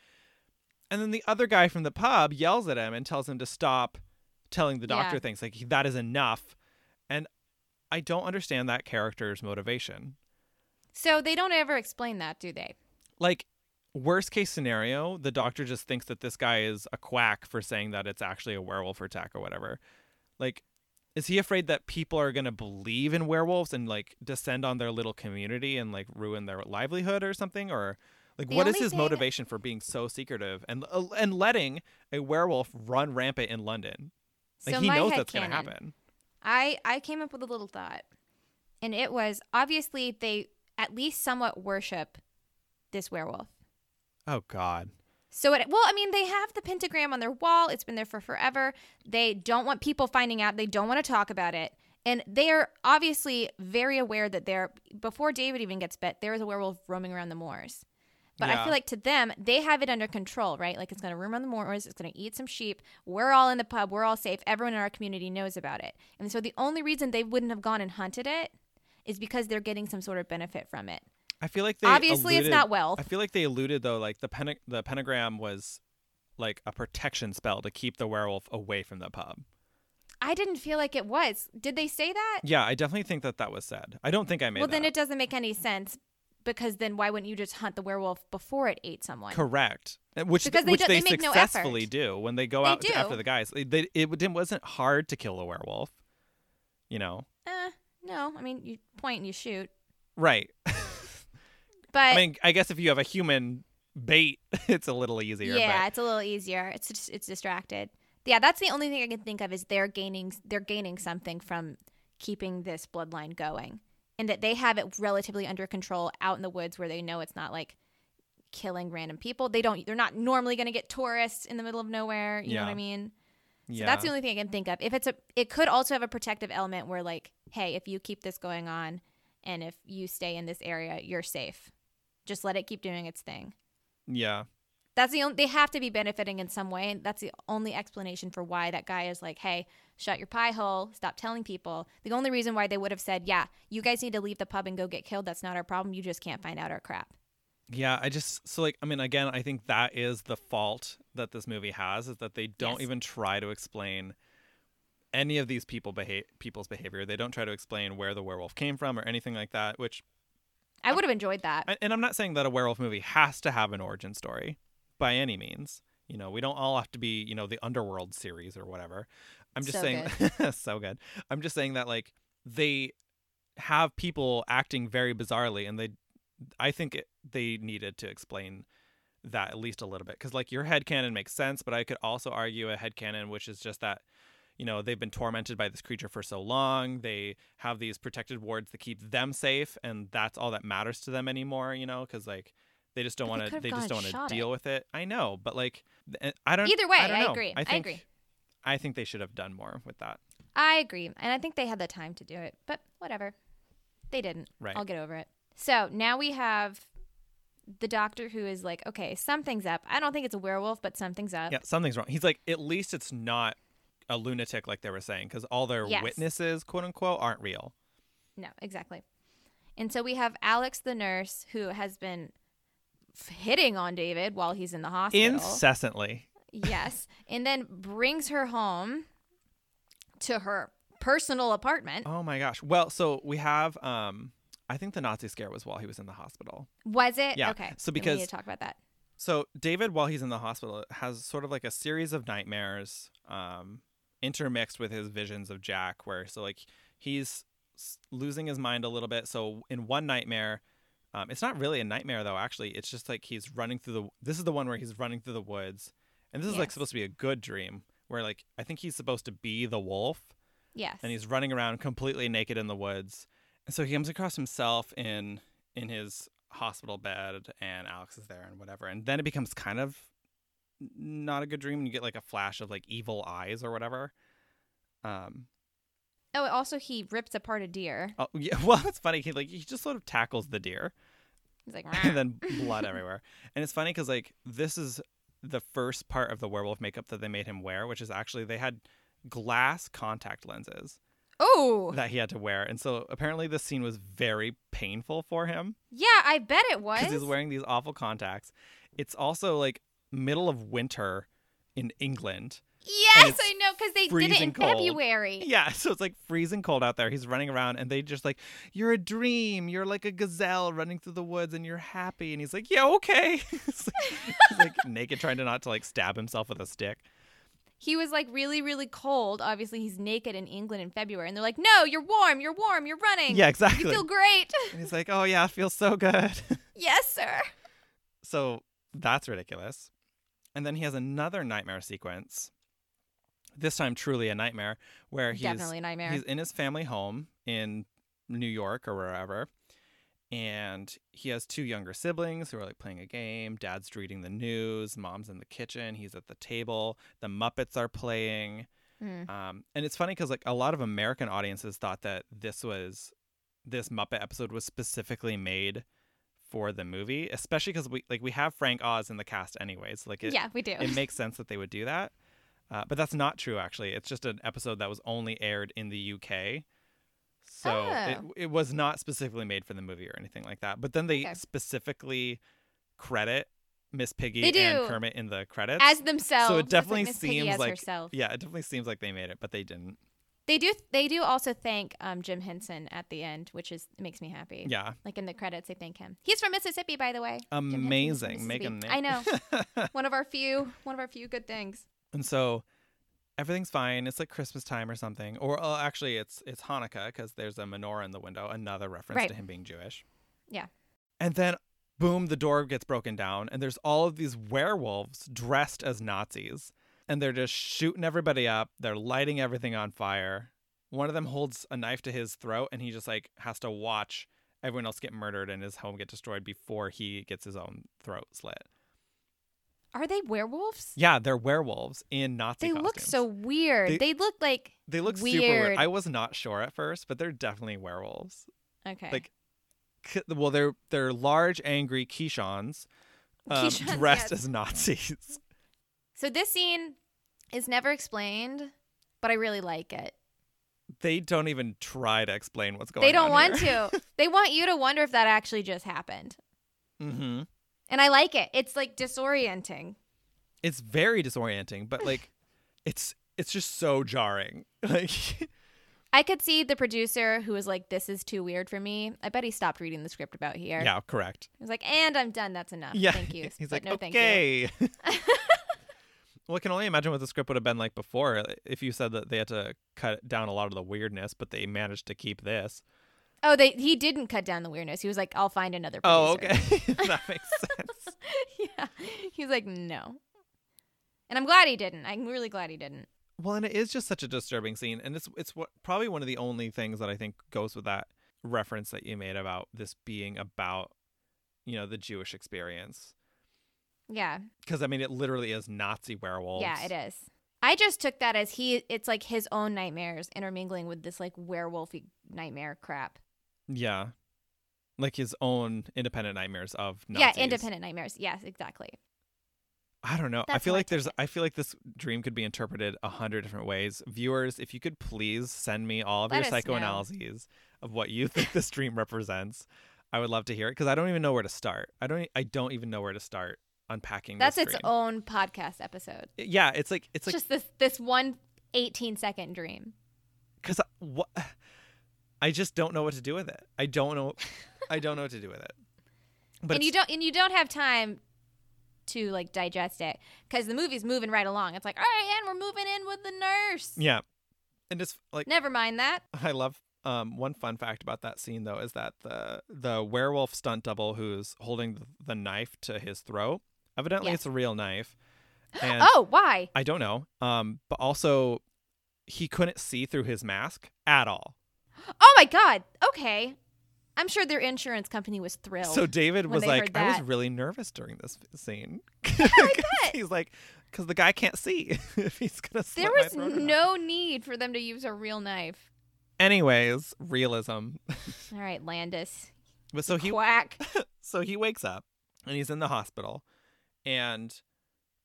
And then the other guy from the pub yells at him and tells him to stop telling the doctor
Yeah.
things like that is enough. And I don't understand that character's motivation.
So they don't ever explain that, do they?
Like worst case scenario, the doctor just thinks that this guy is a quack for saying that it's actually a werewolf attack or whatever. Like, is he afraid that people are gonna believe in werewolves and like descend on their little community and like ruin their livelihood or something? Or like,
The
what is
only
his
thing-
motivation for being so secretive and uh, and letting a werewolf run rampant in London? Like,
so
he
my
knows
headcanon,
that's gonna happen.
I I came up with a little thought, and it was obviously they at least somewhat worship this werewolf.
Oh God.
So it well, I mean, they have the pentagram on their wall. It's been there for forever. They don't want people finding out. They don't want to talk about it. And they are obviously very aware that they're, before David even gets bit, there is a werewolf roaming around the moors. But I
Yeah.
feel like to them, they have it under control, right? Like it's going to roam around the moors, it's going to eat some sheep. We're all in the pub, we're all safe. Everyone in our community knows about it. And so the only reason they wouldn't have gone and hunted it is because they're getting some sort of benefit from it.
I feel like they
Obviously, it's
alluded-
not wealth.
I feel like they alluded though, like the pen- the pentagram was like a protection spell to keep the werewolf away from the pub.
I didn't feel like it was. Did they say that?
Yeah, I definitely think that that was said. I don't think I made
well,
that.
then it
up.
doesn't make any sense because then why wouldn't you just hunt the werewolf before it ate someone?
correct. Uh, Which
Because they
which
don't-
they,
they make no effort.
successfully do when they go
They
out to- after
do.
the guys. They, they- it didn't, wasn't hard to kill a werewolf. You know,
Eh, no, I mean you point and you shoot,
right?
but
I mean, I guess if you have a human bait, it's a little easier.
yeah,
but-
it's a little easier. It's just, it's distracted. Yeah, that's the only thing I can think of is they're gaining they're gaining something from keeping this bloodline going, and that they have it relatively under control out in the woods where they know it's not like killing random people. They don't they're not normally going to get tourists in the middle of nowhere. You know what
Yeah.
I mean? So
yeah.
that's the only thing I can think of. If it's a, it could also have a protective element where like, hey, if you keep this going on, and if you stay in this area, you're safe. Just let it keep doing its thing.
yeah.
That's the only they have to be benefiting in some way, and that's the only explanation for why that guy is like, hey, shut your pie hole, stop telling people. The only reason why they would have said, yeah, you guys need to leave the pub and go get killed. That's not our problem. You just can't find out our crap.
Yeah, I just so like I mean again, I think that is the fault that this movie has is that they don't
Yes.
even try to explain any of these people beha- people's behavior. They don't try to explain where the werewolf came from or anything like that, which
I would have enjoyed that.
and- and I'm not saying that a werewolf movie has to have an origin story by any means. You know, we don't all have to be, you know, the underworld series or whatever. I'm just
So
saying so good. I'm just saying that like they have people acting very bizarrely and they I think it, they needed to explain that at least a little bit cuz like your headcanon makes sense, but I could also argue a headcanon which is just that you know they've been tormented by this creature for so long they have these protected wards that keep them safe and that's all that matters to them anymore you know because like they just don't
But they
want to
could've
they
gone
just
and
don't want
shot
to
it.
deal with it i know but like th- eh, i don't
Either way,
i, don't
I
know.
agree.
I,
I
think,
agree.
i think they should have done more with that
I agree. And I think they had the time to do it, but whatever. They didn't.
Right.
I'll get over it. So now we have the doctor who is like, okay, something's up. I don't think it's a werewolf, but something's up.
yeah something's wrong he's like at least it's not a lunatic like they were saying because all their
Yes.
witnesses quote unquote aren't real
No, exactly. And so we have Alex, the nurse, who has been f- hitting on David while he's in the hospital.
incessantly
yes. And then brings her home to her personal apartment.
oh my gosh well so we have um i think the nazi scare was while he was in the hospital
Was it?
Yeah.
Okay.
So
then we
because-
need to talk about that.
So David, while he's in the hospital, has sort of like a series of nightmares, um, intermixed with his visions of Jack. Where so like he's s- losing his mind a little bit. So in one nightmare, um, it's not really a nightmare though. Actually, it's just like he's running through the. This is the one where he's running through the woods, and this is like
Yes.
supposed to be a good dream. Where like I think he's supposed to be the wolf,
Yes.
and he's running around completely naked in the woods. And so he comes across himself in in his hospital bed, and Alex is there and whatever. And then it becomes kind of not a good dream, and you get like a flash of like evil eyes or whatever. Um.
oh, also he rips apart a deer.
Oh yeah. Well, it's funny. He like he just sort of tackles the deer,
He's like,
and then blood everywhere. And it's funny because like this is the first part of the werewolf makeup that they made him wear, which is actually they had glass contact lenses.
oh,
that he had to wear. And so apparently this scene was very painful for him
yeah, I bet it was.
because he's wearing these awful contacts. It's also like middle of winter in England. and
yes,
it's
I know, because they did it
freezing
in
cold.
February.
Yeah, so it's like freezing cold out there. He's running around and they just like, "You're a dream. You're like a gazelle running through the woods and you're happy." And he's like, "Yeah, okay." he's like naked trying to not to like stab himself with a stick.
He was like really, really cold. Obviously, he's naked in England in February, and they're like, "No, you're warm. You're warm. You're running.
Yeah, exactly.
you feel great."
and he's like, "Oh yeah, it feels so good."
yes, sir.
So that's ridiculous. And then he has another nightmare sequence. This time, truly a nightmare, where he's
Definitely a nightmare.
he's in his family home in New York or wherever, and he has two younger siblings who are like playing a game. Dad's reading the news. Mom's in the kitchen. He's at the table. The Muppets are playing.
Hmm.
Um, and it's funny because like a lot of American audiences thought that this was this Muppet episode was specifically made for the movie, especially because we like we have Frank Oz in the cast anyways. Like it,
yeah, we do.
it makes sense that they would do that. Uh, but that's not true, actually. It's just an episode that was only aired in the UK. So
Oh.
it, it was not specifically made for the movie or anything like that. But then they
Okay.
specifically credit Miss Piggy
They
and
do.
Kermit in the credits.
as themselves.
so it
It's like
definitely
Miss Piggy
seems
as
like
herself.
yeah, it definitely seems like they made it, but they didn't.
They do. They do also thank um, Jim Henson at the end, which is makes me happy.
Yeah,
Like in the credits, they thank him. He's from Mississippi, by the way. Jim Henson's from
amazing. Make a na-
Mississippi. I know. one of our few. One of our few good things.
And so everything's fine. It's like Christmas time or something. Or uh, actually, it's it's Hanukkah because there's a menorah in the window. Another reference
Right.
to him being Jewish.
Yeah.
And then, boom, the door gets broken down, and there's all of these werewolves dressed as Nazis, and they're just shooting everybody up. They're lighting everything on fire. One of them holds a knife to his throat, and he just like has to watch everyone else get murdered and his home get destroyed before he gets his own throat slit.
Are they werewolves?
Yeah, they're werewolves in Nazi
They look
costumes.
so weird.
They-
They, look like
They look super weird.
Weird.
I was not sure at first, but they're definitely werewolves.
okay.
like, C- Well, they're they're large, angry Kishans, um,
Keeshawns,
dressed
yes.
as Nazis.
so this scene is never explained, but I really like it.
They don't even try to explain what's going on.
They don't want to. They want you to wonder if that actually just happened.
hmm
And I like it. It's like disorienting.
It's very disorienting, but like, it's it's just so jarring. Like,
I could see the producer who was like, "This is too weird for me." I bet he stopped reading the script about here.
yeah, correct.
He was like, "And I'm done. That's enough.
Yeah,
Oh, Thank you."
He's like,
but no, thank you."
okay. well, I can only imagine what the script would have been like before uh, if you said that they had to cut down a lot of the weirdness, but they managed to keep this.
Oh, they he didn't cut down the weirdness. He was like, "I'll find another." Producer.
Oh, okay. that makes sense.
yeah. He's like, "No," and I'm glad he didn't. I'm really glad he didn't.
Well, and it is just such a disturbing scene, and it's it's what probably one of the only things that I think goes with that reference that you made about this being about, you know, the Jewish experience.
Yeah.
Because I mean, it literally is Nazi werewolves.
Yeah, it is. I just took that as he. It's like his own nightmares intermingling with this like werewolfy nightmare crap.
Yeah, like his own independent nightmares of Nazis.
Yeah, independent nightmares. Yes, exactly.
I don't know. I
That's
feel
how I
like
took
there's. I feel like this dream could be interpreted a hundred different ways. Viewers, if you could please send me all of
Let
your
us know.
psychoanalyses of what you think this dream represents, I would love to hear it because I don't even know where to start. I don't. e, I don't even know where to start unpacking.
That's
this
its
dream.
own podcast episode.
Yeah, it's like it's
It's
like
just this this one 18 second dream.
because what I just don't know what to do with it. I don't know. I don't know what to do with it. But
and you
it's-
don't and you don't have time to like digest it cuz the movie's moving right along. It's like, "All right, and we're moving in with the nurse."
yeah, and it's like
Never mind that.
I love um one fun fact about that scene though is that the the werewolf stunt double who's holding the, the knife to his throat evidently
Yeah.
it's a real knife and
oh, why?
I don't know um but also he couldn't see through his mask at all
Oh my god. Okay. I'm sure their insurance company was thrilled.
so David
when
was
they
like
heard
I was
that.
really nervous during this scene 'Cause he's like because the guy can't see if he's gonna slit
there
my
was
throat or not.
no need for them to use a real knife.
anyways realism
All right, Landis.
but so he
Quack.
so he wakes up and he's in the hospital and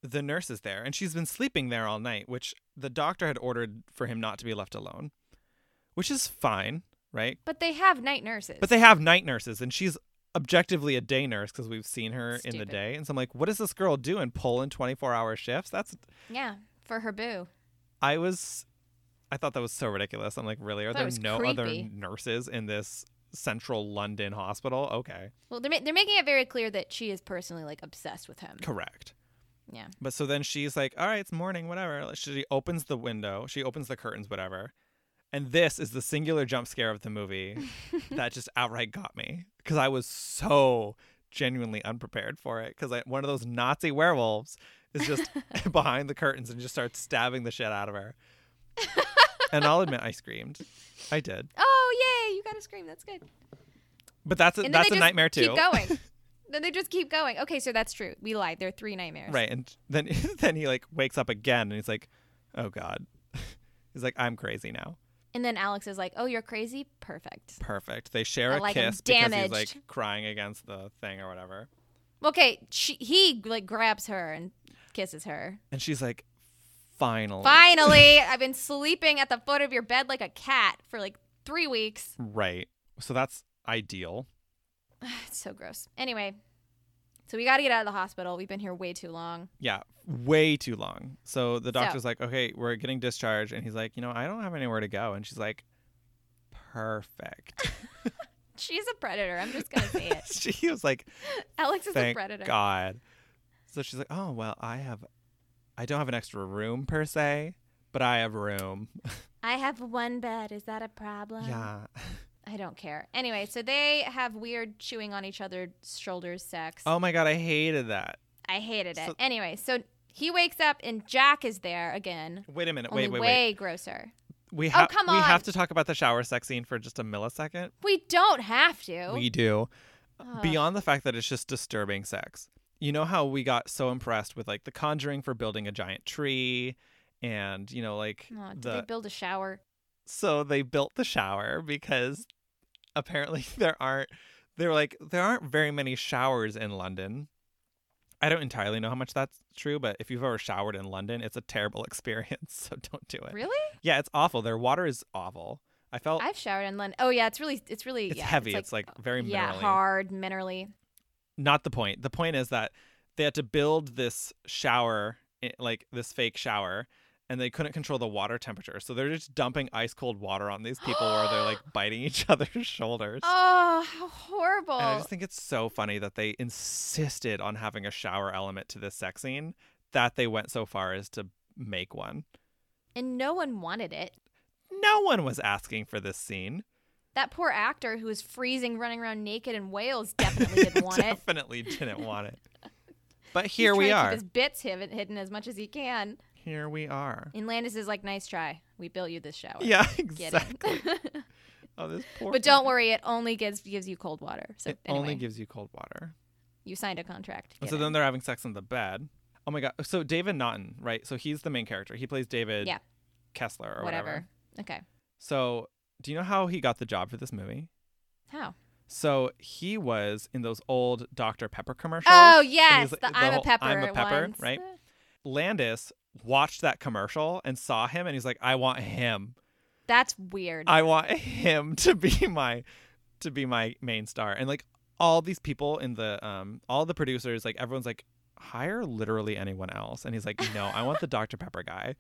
the nurse is there and she's been sleeping there all night which the doctor had ordered for him not to be left alone which is fine right
But they have night nurses.
but they have night nurses and she's objectively a day nurse because we've seen her in the
Stupid.
day and so i'm like what does this girl do in pulling 24 hour shifts that's
yeah, for her boo.
i was i thought that was so ridiculous i'm like really are
That
there
was
no other
creepy.
nurses in this central london hospital okay
Well, they're, ma- they're making it very clear that she is personally like obsessed with him.
correct
Yeah.
But so then she's like, all right, it's morning, whatever. Like, She opens the window, she opens the curtains, whatever. And this is the singular jump scare of the movie that just outright got me because I was so genuinely unprepared for it because one of those Nazi werewolves is just behind the curtains and just starts stabbing the shit out of her. and I'll admit, I screamed. I did.
Oh, yay! You gotta scream. That's good.
But that's a,
And then
that's
they
a
just
nightmare too.
Keep going. then they just keep going. Okay, so that's true. We lied. There are three nightmares.
Right, and then then he like wakes up again, and he's like, "Oh God," He's like, I'm crazy now.
And then Alex is like, "Oh, you're crazy. Perfect."
Perfect. They share
I
a
like him
kiss because he's
damaged.
like crying against the thing or whatever.
Okay, she, he like grabs her and kisses her.
And she's like, finally.
Finally, I've been sleeping at the foot of your bed like a cat for like three weeks.
Right. So that's ideal.
It's so gross. Anyway, so we got to get out of the hospital. We've been here way too long.
Yeah. Way too long. So the doctor's like, okay, we're getting discharged. And he's like, you know, I don't have anywhere to go. And she's like, perfect.
She's a predator. I'm just gonna say it.
she was like,
Alex is a
thank
predator.
God. So she's like, oh, well, I have, I don't have an extra room per se, but I have room.
I have one bed. Is that a problem?
yeah.
I don't care. Anyway, so they have weird chewing on each other's shoulders sex.
Oh my God, I hated that.
I hated it.
So-
anyway, so he wakes up and Jack is there again.
Wait a minute.
Only
Wait, wait,
way
wait.
grosser.
We have
Oh, come
we
on.
have to talk about the shower sex scene for just a millisecond.
We don't have to.
We do.
Oh. Ugh.
Beyond the fact that it's just disturbing sex. You know how we got so impressed with like the conjuring for building a giant tree and you know like
Aw, did
the
they build a shower?
so they built the shower because apparently there aren't they're like there aren't very many showers in London. I don't entirely know how much that's true, but if you've ever showered in London, it's a terrible experience, so don't do it.
Really?
Yeah, it's awful. Their water is awful. I felt
I've showered in London. Oh yeah, it's really, it's really,
it's
yeah,
heavy. It's like, very
yeah,
minerally.
hard, minerally.
Not the point. The point is that they had to build this shower, i- like this fake shower, and they couldn't control the water temperature. So they're just dumping ice cold water on these people where they're like biting each other's shoulders.
Oh, how horrible!
And I just think it's so funny that they insisted on having a shower element to this sex scene that they went so far as to make one.
and no one wanted it.
No one was asking for this scene.
That poor actor who was freezing, running around naked in Wales, definitely didn't want it.
Definitely didn't want it. But
He's
here we
trying to
are.
Keep his bits hidden, hidden as much as he can.
Here we are.
And Landis is like, "Nice try. We built you this shower.
Yeah,
Get
exactly.
in."
Oh, this poor.
but don't worry, it only gives gives you cold water. So
It
anyway,
only gives you cold water.
you signed a contract.
And
Get
so then
in.
they're having sex in the bed. Oh my god. So David Naughton, right? So he's the main character. He plays David
Yeah.
Kessler or whatever.
whatever. Okay.
So do you know how he got the job for this movie?
How?
So he was in those old Dr. Pepper commercials.
Oh
and he's
yes,
like-
the, I'm a
whole
pepper.
I'm a pepper,
ones.
right? Landis watched that commercial and saw him and he's like, I want him.
That's weird.
I want him to be my to be my main star. And like all these people in the um all the producers, like everyone's like, hire literally anyone else. And he's like, No, I want the Dr. Pepper guy.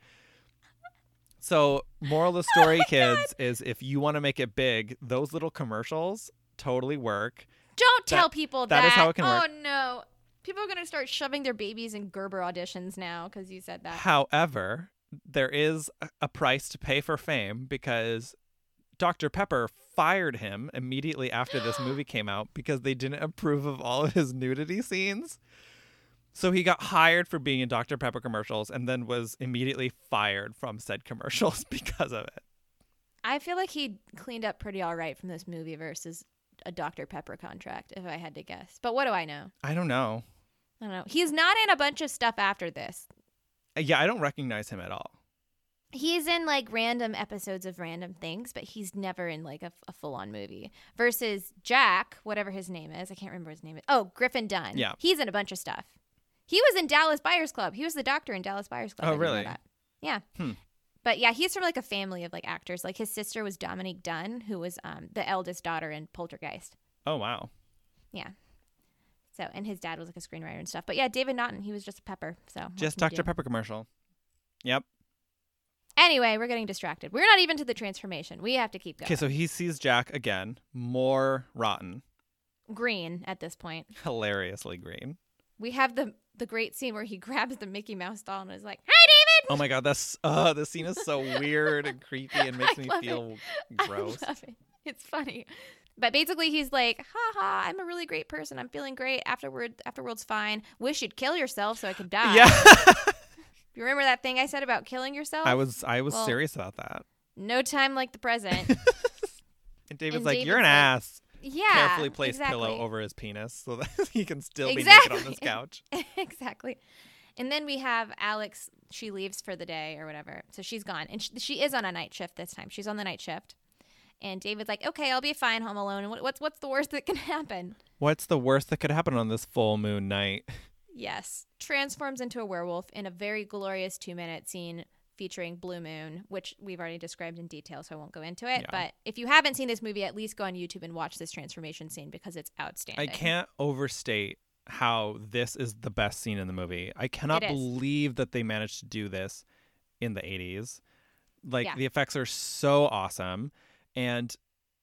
So moral of the story, kids, is if you want to make it big, those little commercials totally work.
Don't
That-
tell people that.
that is how it can
oh
work.
no, people are gonna start shoving their babies in Gerber auditions now because you said that.
However, there is a- a price to pay for fame because Dr. Pepper fired him immediately after this movie came out because they didn't approve of all of his nudity scenes. So he got hired for being in Dr. Pepper commercials and then was immediately fired from said commercials because of it.
I feel like he cleaned up pretty all right from this movie versus a Dr Pepper contract, if I had to guess. But what do I know?
I don't know.
I don't know. He's not in a bunch of stuff after this.
Uh, Yeah, I don't recognize him at all.
He's in like random episodes of random things, but he's never in like a, a full on movie. Versus Jack, whatever his name is, I can't remember his name. Is. Oh, Griffin Dunn.
Yeah.
he's in a bunch of stuff. He was in Dallas Buyers Club. He was the doctor in Dallas Buyers Club.
Oh,
I didn't know
really?
that. Yeah.
Hmm.
But yeah, he's from like a family of like actors. Like his sister was Dominique Dunn, who was um, the eldest daughter in Poltergeist.
Oh, wow.
Yeah. So and his dad was like a screenwriter and stuff. But yeah, David Naughton, he was just a pepper. So what
Just
can you
Dr.
do?
Pepper commercial. Yep.
Anyway, we're getting distracted. We're not even to the transformation. We have to keep going.
Okay, so he sees Jack again, more rotten,
green at this point.
hilariously green.
We have the the great scene where he grabs the Mickey Mouse doll and is like, "Hi,
Oh my god, that's uh the scene is so weird and creepy and makes
I
me
love it.
feel
David."
gross.
I love it. It's funny. But basically, he's like, "Ha ha! I'm a really great person. I'm feeling great. Afterward, afterward's fine. Wish you'd kill yourself so I could die."
Yeah.
You remember that thing I said about killing yourself?
I was I was
Well-
serious about that.
no time like the present.
And David's
And
like, You're an
David's like,
ass.
yeah.
Carefully placed
exactly.
pillow over his penis so that he can still be naked on this
Exactly.
couch.
exactly. And then we have Alex she leaves for the day or whatever. So she's gone, and she, she is on a night shift this time. She's on the night shift, and David's like, "Okay, I'll be fine home alone. What, what's what's the worst that can happen?"
What's the worst that could happen on this full moon night?
Yes, transforms into a werewolf in a very glorious two-minute scene featuring Blue Moon, which we've already described in detail, so I won't go into it.
Yeah.
But if you haven't seen this movie, at least go on YouTube and watch this transformation scene because it's
I
outstanding.
can't overstate how this is the best scene in the movie. I cannot
It is.
believe that they managed to do this in the 80s. Like
Yeah.
the effects are so awesome and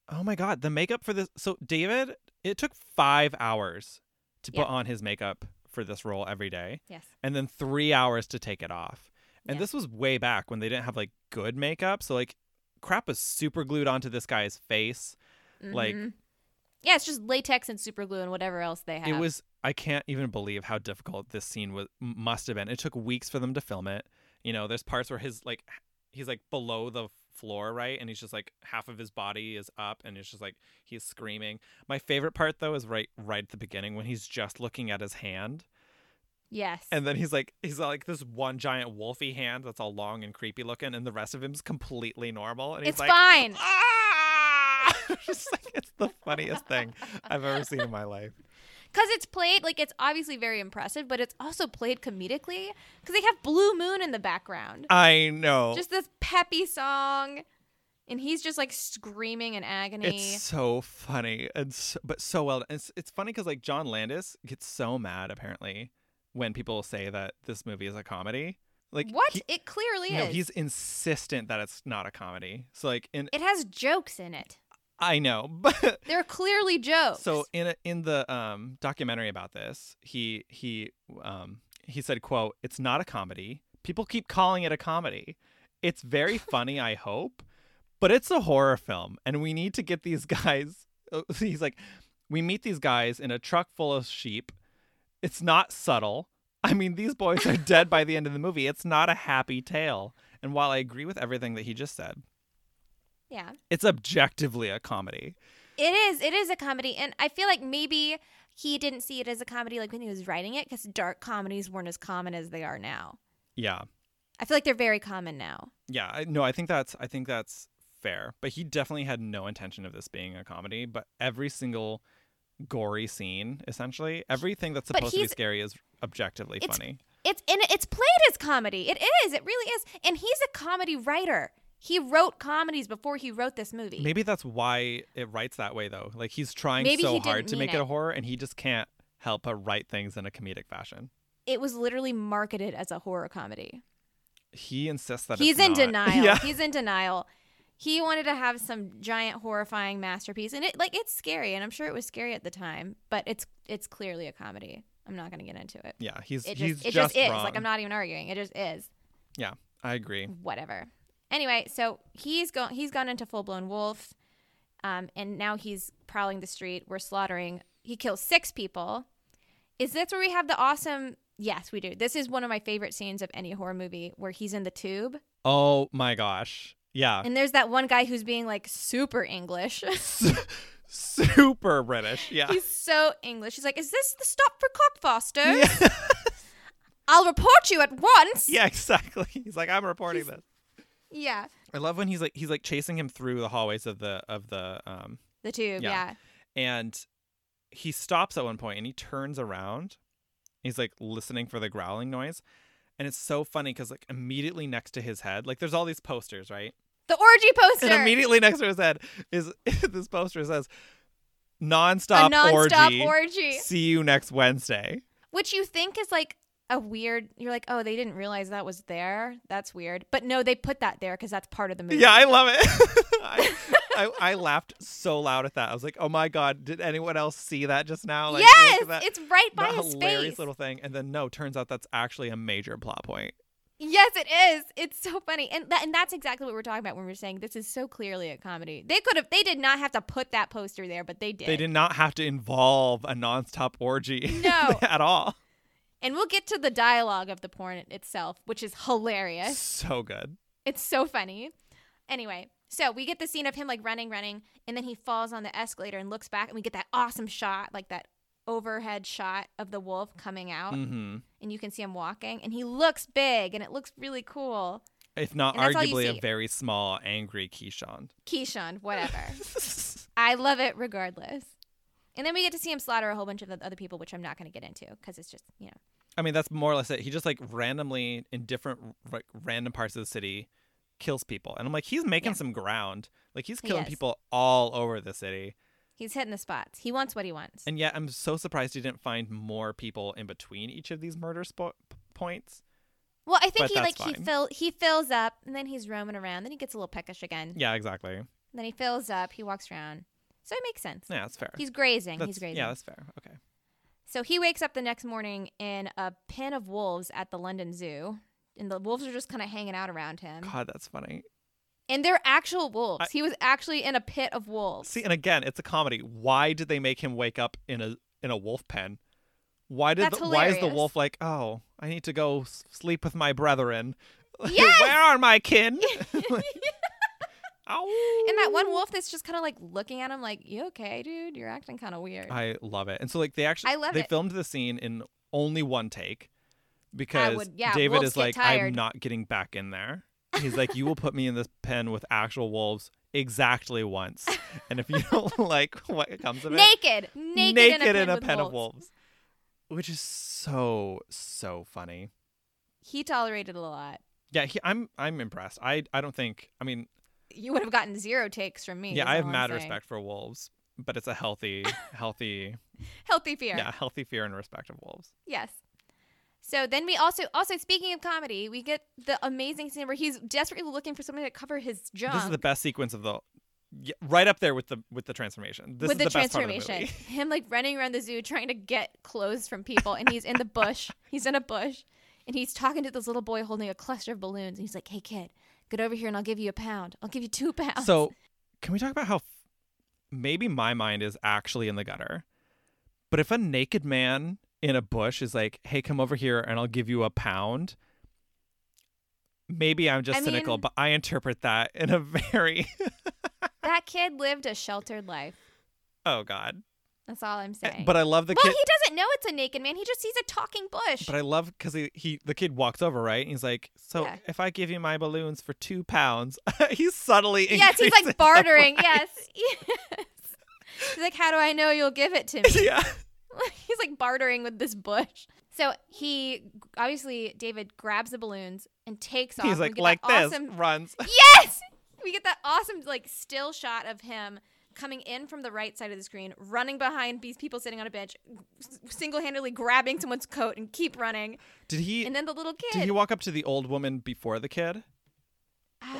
oh my god, the makeup for this so David, it took 5 hours to
Yeah.
put on his makeup for this role every day
Yes.
and then 3 hours to take it off. And
Yeah.
this was way back when they didn't have like good makeup, so like crap was super glued onto this guy's face. Like
Mhm. yeah, it's just latex and super glue and whatever else they have.
It was. I can't even believe how difficult this scene was. m- Must have been. It took weeks for them to film it. You know, there's parts where his like, h- he's like below the floor, right, and he's just like half of his body is up, and it's just like he's screaming. My favorite part though is right, right at the beginning when he's just looking at his hand,
yes.
and then he's like, he's like this one giant wolfy hand that's all long and creepy looking, and the rest of him's completely normal, and he's
it's
like,
fine.
ah! just like it's the funniest thing I've ever seen in my life.
Because it's played, like, it's obviously very impressive, but it's also played comedically because they have Blue Moon in the background.
I know.
just this peppy song. And he's just like screaming in agony.
It's so funny and so, but so well. It's it's funny because like John Landis gets so mad apparently when people say that this movie is a comedy. Like
what?
He,
it clearly
no,
is.
he's insistent that it's not a comedy. So like in
It has jokes in it.
I know, but
They're clearly jokes.
so in a, in the um, documentary about this, he he um, he said, "quote It's not a comedy. People keep calling it a comedy. It's very funny. I hope, but it's a horror film, and we need to get these guys." He's like, "We meet these guys in a truck full of sheep. It's not subtle. I mean, these boys are dead by the end of the movie. It's not a happy tale." And while I agree with everything that he just said,
yeah.
it's objectively a comedy.
It is. It is a comedy, and I feel like maybe he didn't see it as a comedy like when he was writing it because dark comedies weren't as common as they are now.
Yeah.
I feel like they're very common now.
Yeah, I, no, I think that's I think that's fair. But he definitely had no intention of this being a comedy. But every single gory scene, essentially, everything that's
But
supposed to be
he's-
scary is objectively
It's-
funny.
It's and it's played as comedy. It is. It really is. And he's a comedy writer. He wrote comedies before he wrote this movie.
Maybe that's why it writes that way, though. Like he's trying
Maybe
so
he
hard
didn't
to
mean
make it. a
it.
horror, and he just can't help but write things in a comedic fashion.
It was literally marketed as a horror comedy.
He insists that
He's
it's
in
not.
denial.
Yeah,
He's in denial. He wanted to have some giant horrifying masterpiece and it like it's scary and I'm sure it was scary at the time, but it's it's clearly a comedy. I'm not going to get into it.
yeah. He's
It just,
he's
it just, is.
wrong.
Like I'm not Mm. even arguing. It just is.
Yeah, I agree.
Whatever. Anyway, so he's gone. He's gone into full blown wolf, um, and now he's prowling the street. We're slaughtering. He kills six people. Is this where we have the awesome? Yes, we do. This is one of my favorite scenes of any horror movie where he's in the tube,
Oh my gosh. Yeah.
and there's that one guy who's being like super English.
Super British. Yeah.
he's so English. He's like, "Is this the stop for cockfosters?
Yeah.
I'll report you at once."
Yeah, exactly. He's like, I'm reporting this.
yeah.
I love when he's like, he's like chasing him through the hallways of the of the um,
The tube.
Yeah.
yeah.
and he stops at one point and he turns around. He's like listening for the growling noise, and it's so funny because like immediately next to his head, like there's all these posters, right?
The orgy poster.
And immediately next to his head is this poster says,
a
"Nonstop,
nonstop
orgy.
orgy.
See you next Wednesday."
which you think is like a weird you're like oh they didn't realize that was there that's weird but no they put that there because that's part of the movie
Yeah, I love it. I, I, I laughed so loud at that. I was like, "Oh my god, did anyone else see that just now?" Like, look at
yes
that,
it's right by
that
his
hilarious
face
little thing. And then no, turns out that's actually a major plot point.
yes it is it's so funny and that, and that's exactly what we're talking about when we're saying this is so clearly a comedy they could have they did not have to put that poster there but they did
They did not have to involve a nonstop orgy
No.
at all.
and we'll get to the dialogue of the porn itself which is hilarious
So good.
It's so funny. Anyway, so we get the scene of him like running, running, and then he falls on the escalator and looks back, and we get that awesome shot, like that overhead shot of the wolf coming out,
Mm-hmm.
and you can see him walking, and he looks big, and it looks really cool.
If not,
And that's all you
arguably a
see.
very small, angry Keyshawn.
Keyshawn, whatever. I love it regardless. And then we get to see him slaughter a whole bunch of the other people, which I'm not going to get into because it's just, you know.
I mean, that's more or less it. He just like randomly in different like random parts of the city kills people, and I'm like, he's making
Yeah.
some ground. Like he's
He
killing
is.
people all over the city,
He's hitting the spots. He wants what he wants.
and yet I'm so surprised he didn't find more people in between each of these murder spo- p- points.
well, I think
but
he like
that's
he
fine.
fill he fills up and then he's roaming around. Then he gets a little peckish again.
Yeah, exactly.
Then he fills up. He walks around. So it makes sense.
Yeah, that's fair.
He's grazing.
that's,
he's grazing.
Yeah, that's fair. Okay.
So he wakes up the next morning in a pen of wolves at the London Zoo. And the wolves are just kind of hanging out around him.
God, that's funny.
And they're actual wolves.
I-
he was actually in a pit of wolves.
See, and again, it's a comedy. Why did they make him wake up in a in a wolf pen? Why did
That's
the, why is the
hilarious.
wolf like? Oh, I need to go s- sleep with my brethren.
Yes!
Where are my kin? Ow.
and that one wolf that's just kind of like looking at him like, you okay, dude? You're acting kind of weird.
I love it. And so like they actually
I love
they
it.
filmed the scene in only one take because
would- yeah,
David
wolves
is
get
like I'm
tired."
not getting back in there. He's like you will put me in this pen with actual wolves exactly once. And if you don't like what comes of it,
naked, naked, in a pen, with
of wolves. Which is so so funny.
He tolerated a lot.
Yeah, he, I'm I'm impressed. I I don't think I mean
You would have gotten zero takes from me.
yeah
is
I have
all I'm
mad
saying.
respect for wolves, but it's a healthy healthy
Healthy fear.
yeah healthy fear and respect of wolves.
Yes. So then we also also speaking of comedy, we get the amazing scene where he's desperately looking for something to cover his junk.
This is the best sequence of the yeah, right up there with the with the transformation. This
with
is the,
the,
best part of the
transformation,
movie.
him like running around the zoo trying to get clothes from people, and he's in the bush. He's in a bush, and he's talking to this little boy holding a cluster of balloons. And he's like, "Hey kid, get over here, and I'll give you a pound. I'll give you two pounds."
So, can we talk about how f- maybe my mind is actually in the gutter? But if a naked man in a bush is like, "Hey, come over here and I'll give you a pound." Maybe I'm just
I
cynical,
mean-
but I interpret that in a very
that kid lived a sheltered life.
oh god.
That's all I'm saying.
Eh, But I love the
well,
kid.
he doesn't know it's a naked man. He just sees a talking bush.
But I love because he, he the kid walks over right, and he's like, "So
Yeah.
if I give you my balloons for two pounds, he's subtly
yes, he's
increasing the
like bartering. Yes, yes. He's like, "How do I know you'll give it to me?"
price." yeah.
He's like bartering with this bush. So he obviously David grabs the balloons and takes off.
He's
We
like,
get
like
that
this,
awesome-
runs.
Yes, we get that awesome like still shot of him coming in from the right side of the screen, running behind these people sitting on a bench, single handedly grabbing someone's coat and keep running.
Did he?
And then the little kid.
Did he walk up to the old woman before the kid?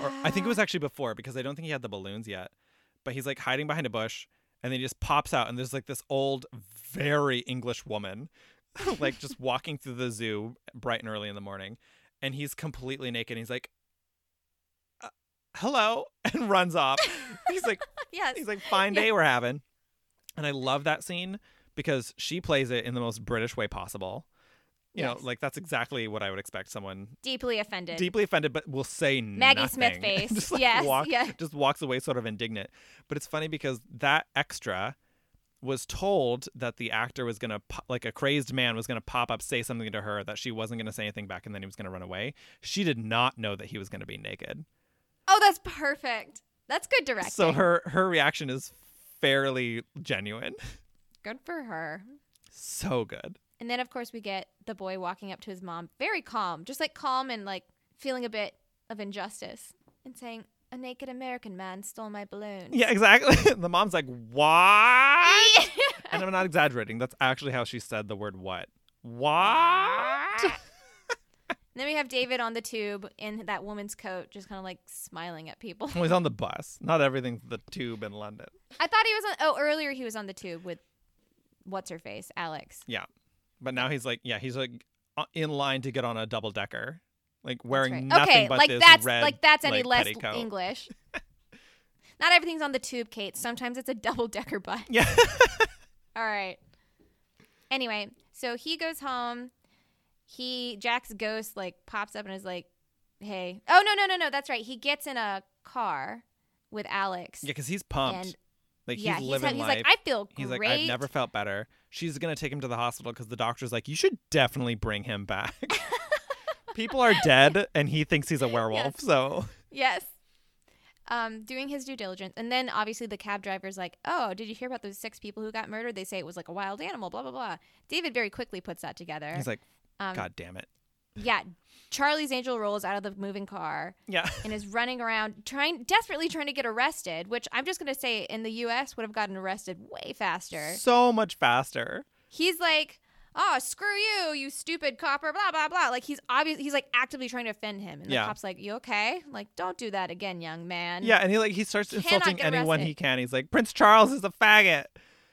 Or I think it
Ah.
was actually before because I don't think he had the balloons yet. But he's like hiding behind a bush, and then he just pops out, and there's like this old, very English woman, like just walking through the zoo bright and early in the morning, and he's completely naked. And he's like, "Uh, "Hello," and runs off. he's like,
Ah, yes.
He's like, fine
Yeah.
day we're having. And I love that scene because she plays it in the most British way possible. You
Yes.
know, like that's exactly what I would expect someone
deeply offended.
deeply offended but will say
Maggie Smith
nothing.
face.
just, like,
Yes,
walk-
yeah.
Just walks away sort of indignant. But it's funny because that extra was told that the actor was gonna po- like a crazed man was gonna pop up say something to her that she wasn't gonna say anything back and then he was gonna run away. She did not know that he was gonna be naked.
oh, that's perfect. That's good directing.
So her her reaction is fairly genuine.
good for her.
So good.
And then, of course, we get the boy walking up to his mom, very calm, just like calm and like feeling a bit of injustice, and saying, "A naked American man stole my balloon."
Yeah, exactly. the mom's like, "What?" and I'm not exaggerating. That's actually how she said the word "what." What?
then we have David on the tube in that woman's coat, just kind of like smiling at people.
well, he's on the bus. Not everything's the tube in London.
I thought he was on. Oh, earlier he was on the tube with what's her face, Alex.
Yeah, but now he's like, yeah, he's like uh, in line to get on a double decker, like wearing
That's right.
nothing
okay,
but
like
this
that's
red,
like that's any
like,
less
petticoat.
English. Not everything's on the tube, Kate. Sometimes it's a double decker bus.
Yeah.
All right. Anyway, so he goes home. He Jack's ghost like pops up and is like, "Hey, oh no no no no, that's right." He gets in a car with Alex
Yeah, because he's pumped.
and
Like
yeah,
he's
he's,
living
ha- he's
life.
like, I feel great.
He's like, I've never felt better. She's gonna take him to the hospital because the doctor's like, you should definitely bring him back. People are dead, and he thinks he's a werewolf. So
Yes. Um, doing his due diligence. And then obviously the cab driver's like, Oh, did you hear about those six people who got murdered? They say it was like a wild animal, blah, blah, blah. David very quickly puts that together.
he's like,
um,
God damn it.
Yeah. Charlie's Angel rolls out of the moving car
Yeah,
and is running around trying desperately trying to get arrested, which I'm just gonna say in the US would have gotten arrested way faster.
so much faster.
He's like, Oh, screw you, you stupid copper, blah blah blah. Like he's obviously he's like actively trying to offend him. And the
Yeah.
cop's like, You okay? Like, don't do that again, young man.
Yeah, and he like he starts
Cannot
insulting
get
anyone
arrested.
he can. He's like, Prince Charles is a faggot.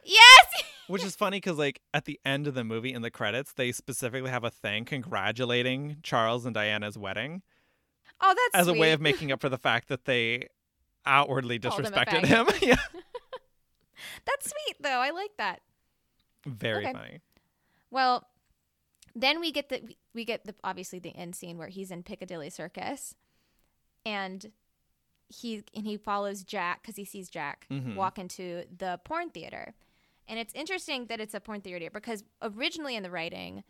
Yes!
Which is funny because, like, at the end of the movie in the credits, they specifically have a thing congratulating Charles and Diana's wedding
Oh, that's
as a way
sweet.
of making up for the fact that they outwardly
Called him a
disrespected him. yeah.
That's sweet though. I like that.
Very
Okay.
funny.
Well, then we get the we- we get the obviously the end scene where he's in Piccadilly Circus, and he and he follows Jack because he sees Jack
Mhm.
walk into the porn theater, and it's interesting that it's a porn theater because originally in the writing.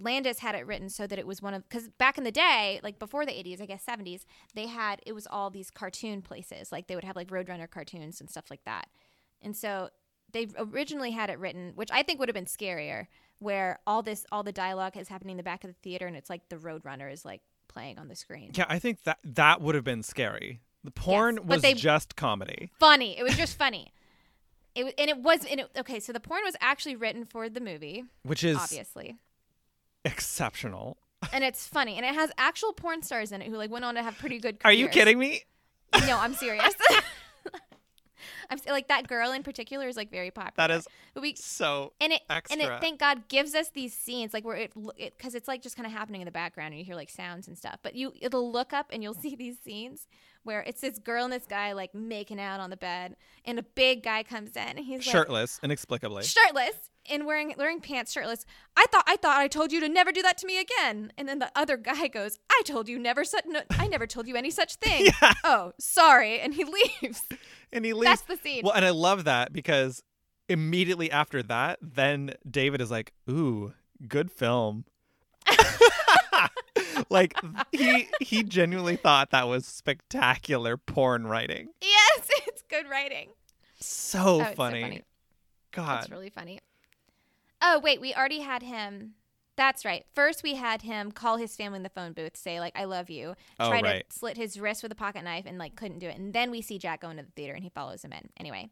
Landis had it written so that it was one of because back in the day, like before the eighties, I guess seventies, they had it was all these cartoon places. Like they would have like Roadrunner cartoons and stuff like that. And so they originally had it written, which I think would have been scarier, where all this all the dialogue is happening in the back of the theater and it's like the Roadrunner is like playing on the screen.
Yeah, I think that that would have been scary. The porn
but
was
they-
just comedy.
Funny. It was just funny. It wa- and it was and it, okay, so the porn was actually written for the movie,
Which is
obviously.
exceptional.
And it's funny and it has actual porn stars in it who like went on to have pretty good
Are
careers.
you kidding me?
No, I'm serious. I'm s- like that girl in particular is like very popular.
That is
But we
so
and it and
extra.
it thank god gives us these scenes like where it because it's like just kind of happening in the background and you hear like sounds and stuff but you it'll look up and you'll see these scenes where it's this girl and this guy like making out on the bed and a big guy comes in and he's
shirtless, inexplicably.
like shirtless and wearing wearing pants shirtless i thought i thought i told you to never do that to me again and then the other guy goes i told you never such no, i never told you any such thing
Yeah.
oh sorry and he leaves
and he leaves
that's the scene
Well, and I love that because immediately after that, then David is like, "Ooh, good film." like he he genuinely thought that was spectacular porn writing.
yes it's good writing
So,
Oh, it's so
funny.
funny.
God.
That's really funny. Oh, wait, we already had him. That's right. First, we had him call his family in the phone booth, say, like, I love you,
Oh,
try
right.
to slit his wrist with a pocket knife, and, like, couldn't do it. And then we see Jack go into the theater and he follows him in. Anyway,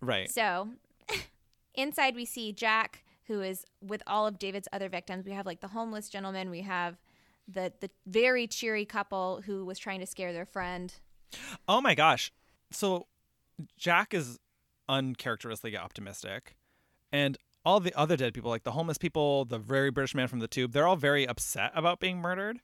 right.
so inside we see Jack, who is with all of David's other victims. We have, like, the homeless gentleman, we have the, the very cheery couple who was trying to scare their friend.
Oh my gosh. So Jack is uncharacteristically optimistic. And all the other dead people, like the homeless people, the very British man from the tube, they're all very upset about being murdered.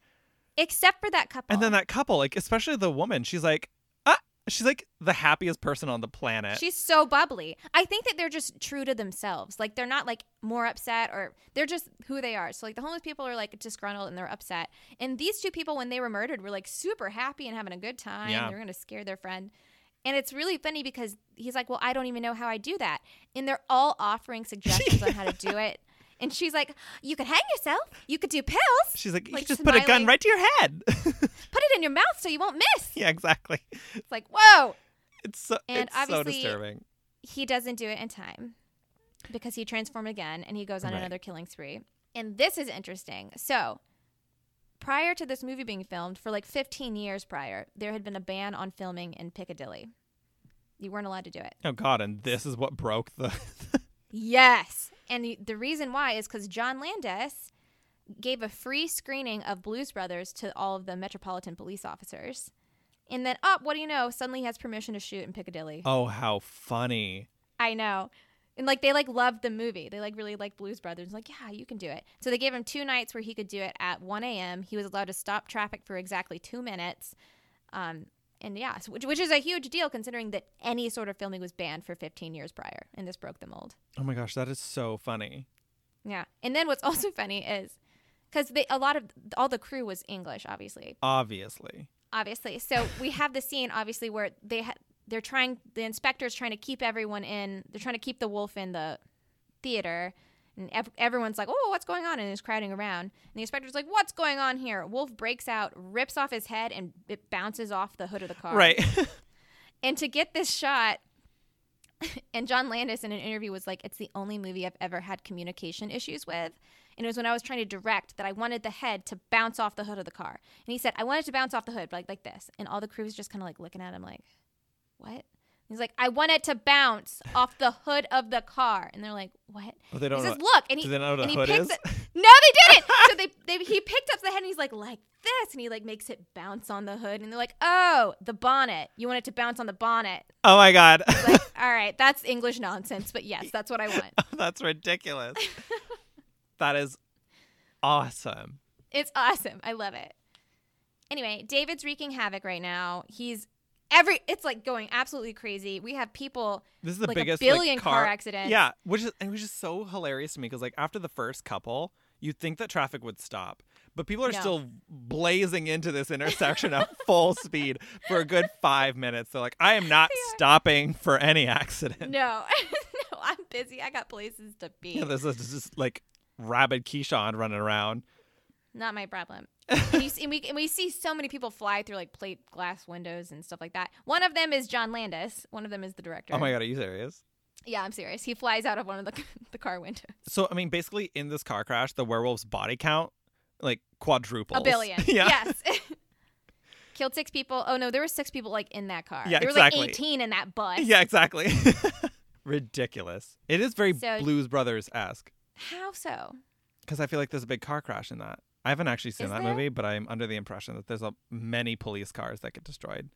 Except for that couple.
And then that couple, like especially the woman, she's like, ah, she's like the happiest person on the planet.
She's so bubbly. I think that they're just true to themselves. Like they're not like more upset or they're just who they are. So like the homeless people are like disgruntled and they're upset. And these two people when they were murdered were like super happy and having a good time.
Yeah.
They're going to scare their friend. And it's really funny because he's like, "Well, I don't even know how I do that." And they're all offering suggestions on how to do it. And she's like, "You could hang yourself. You could do pills.
she's like, you
like,
could just put a gun
smiling.
right to your head.
Put it in your mouth so you won't miss."
yeah, exactly.
It's like, "Whoa."
It's so
And
it's so
obviously-
disturbing.
he doesn't do it in time because he transformed again and he goes on
Right.
another killing spree. And this is interesting. So, prior to this movie being filmed, for like 15 years prior, there had been a ban on filming in Piccadilly. You weren't allowed to do it.
Oh God, and this is what broke the.
Yes. And the, the reason why is because John Landis gave a free screening of Blues Brothers to all of the Metropolitan police officers. And then, oh, what do you know? Suddenly he has permission to shoot in Piccadilly.
oh, how funny.
I know. And like they like loved the movie. They like really liked Blues Brothers. Like, yeah, you can do it. So they gave him two nights where he could do it at 1 a.m. He was allowed to stop traffic for exactly two minutes. Um, and yeah, so, which, which is a huge deal considering that any sort of filming was banned for 15 years prior. And this broke the mold.
Oh my gosh, that is so funny.
Yeah. And then what's also funny is because a lot of all the crew was English, obviously.
Obviously.
obviously. So we have the scene obviously where they ha- they're trying the inspector's trying to keep everyone in they're trying to keep the wolf in the theater and ev- everyone's like oh what's going on and is crowding around and the inspector's like what's going on here wolf breaks out rips off his head and it bounces off the hood of the car
Right.
and to get this shot and john landis in an interview was like it's the only movie i've ever had communication issues with and it was when i was trying to direct that i wanted the head to bounce off the hood of the car and he said i wanted to bounce off the hood but like like this and all the crew was just kind of like looking at him like what And he's like i want it to bounce off the hood of the car and they're like what
Oh, they don't
he
know
says
what-
look and he
do they know what a
and he
hood
picks
is?
it- no they didn't so they, they he picked up the head and he's like like this and he like makes it bounce on the hood and they're like oh the bonnet you want it to bounce on the bonnet
Oh my god.
like, all right, that's English nonsense, but yes, that's what I want.
That's ridiculous. that is awesome.
It's awesome. I love it. Anyway, David's wreaking havoc right now. He's every it's like going absolutely crazy. We have people
This is the
like
biggest
a
like,
billion car, accidents.
Yeah, which is which is so hilarious to me because like after the first couple, you'd think that traffic would stop, but people are
No.
still blazing into this intersection at full speed for a good five minutes. They're like, I am not stopping for any accident.
No. no, I'm busy. I got places to be.
Yeah, this is just like rabid Keyshawn running around.
Not my problem. and, you see, and we and we see so many people fly through like plate glass windows and stuff like that. One of them is John Landis. One of them is the director.
Oh my god, are you serious?
Yeah, I'm serious. He flies out of one of the the car windows.
So I mean, basically in this car crash, the werewolf's body count like quadruples.
A billion.
yeah.
Yes. Killed six people. Oh no, there were six people like in that car.
Yeah,
there were
exactly.
like eighteen in that bus.
Yeah, exactly. Ridiculous. It is very
So-
Blues Brothers esque
How so?
because I feel like there's a big car crash in that. I haven't actually seen
Is
that
there?
movie, but I'm under the impression that there's a, many police cars that get destroyed.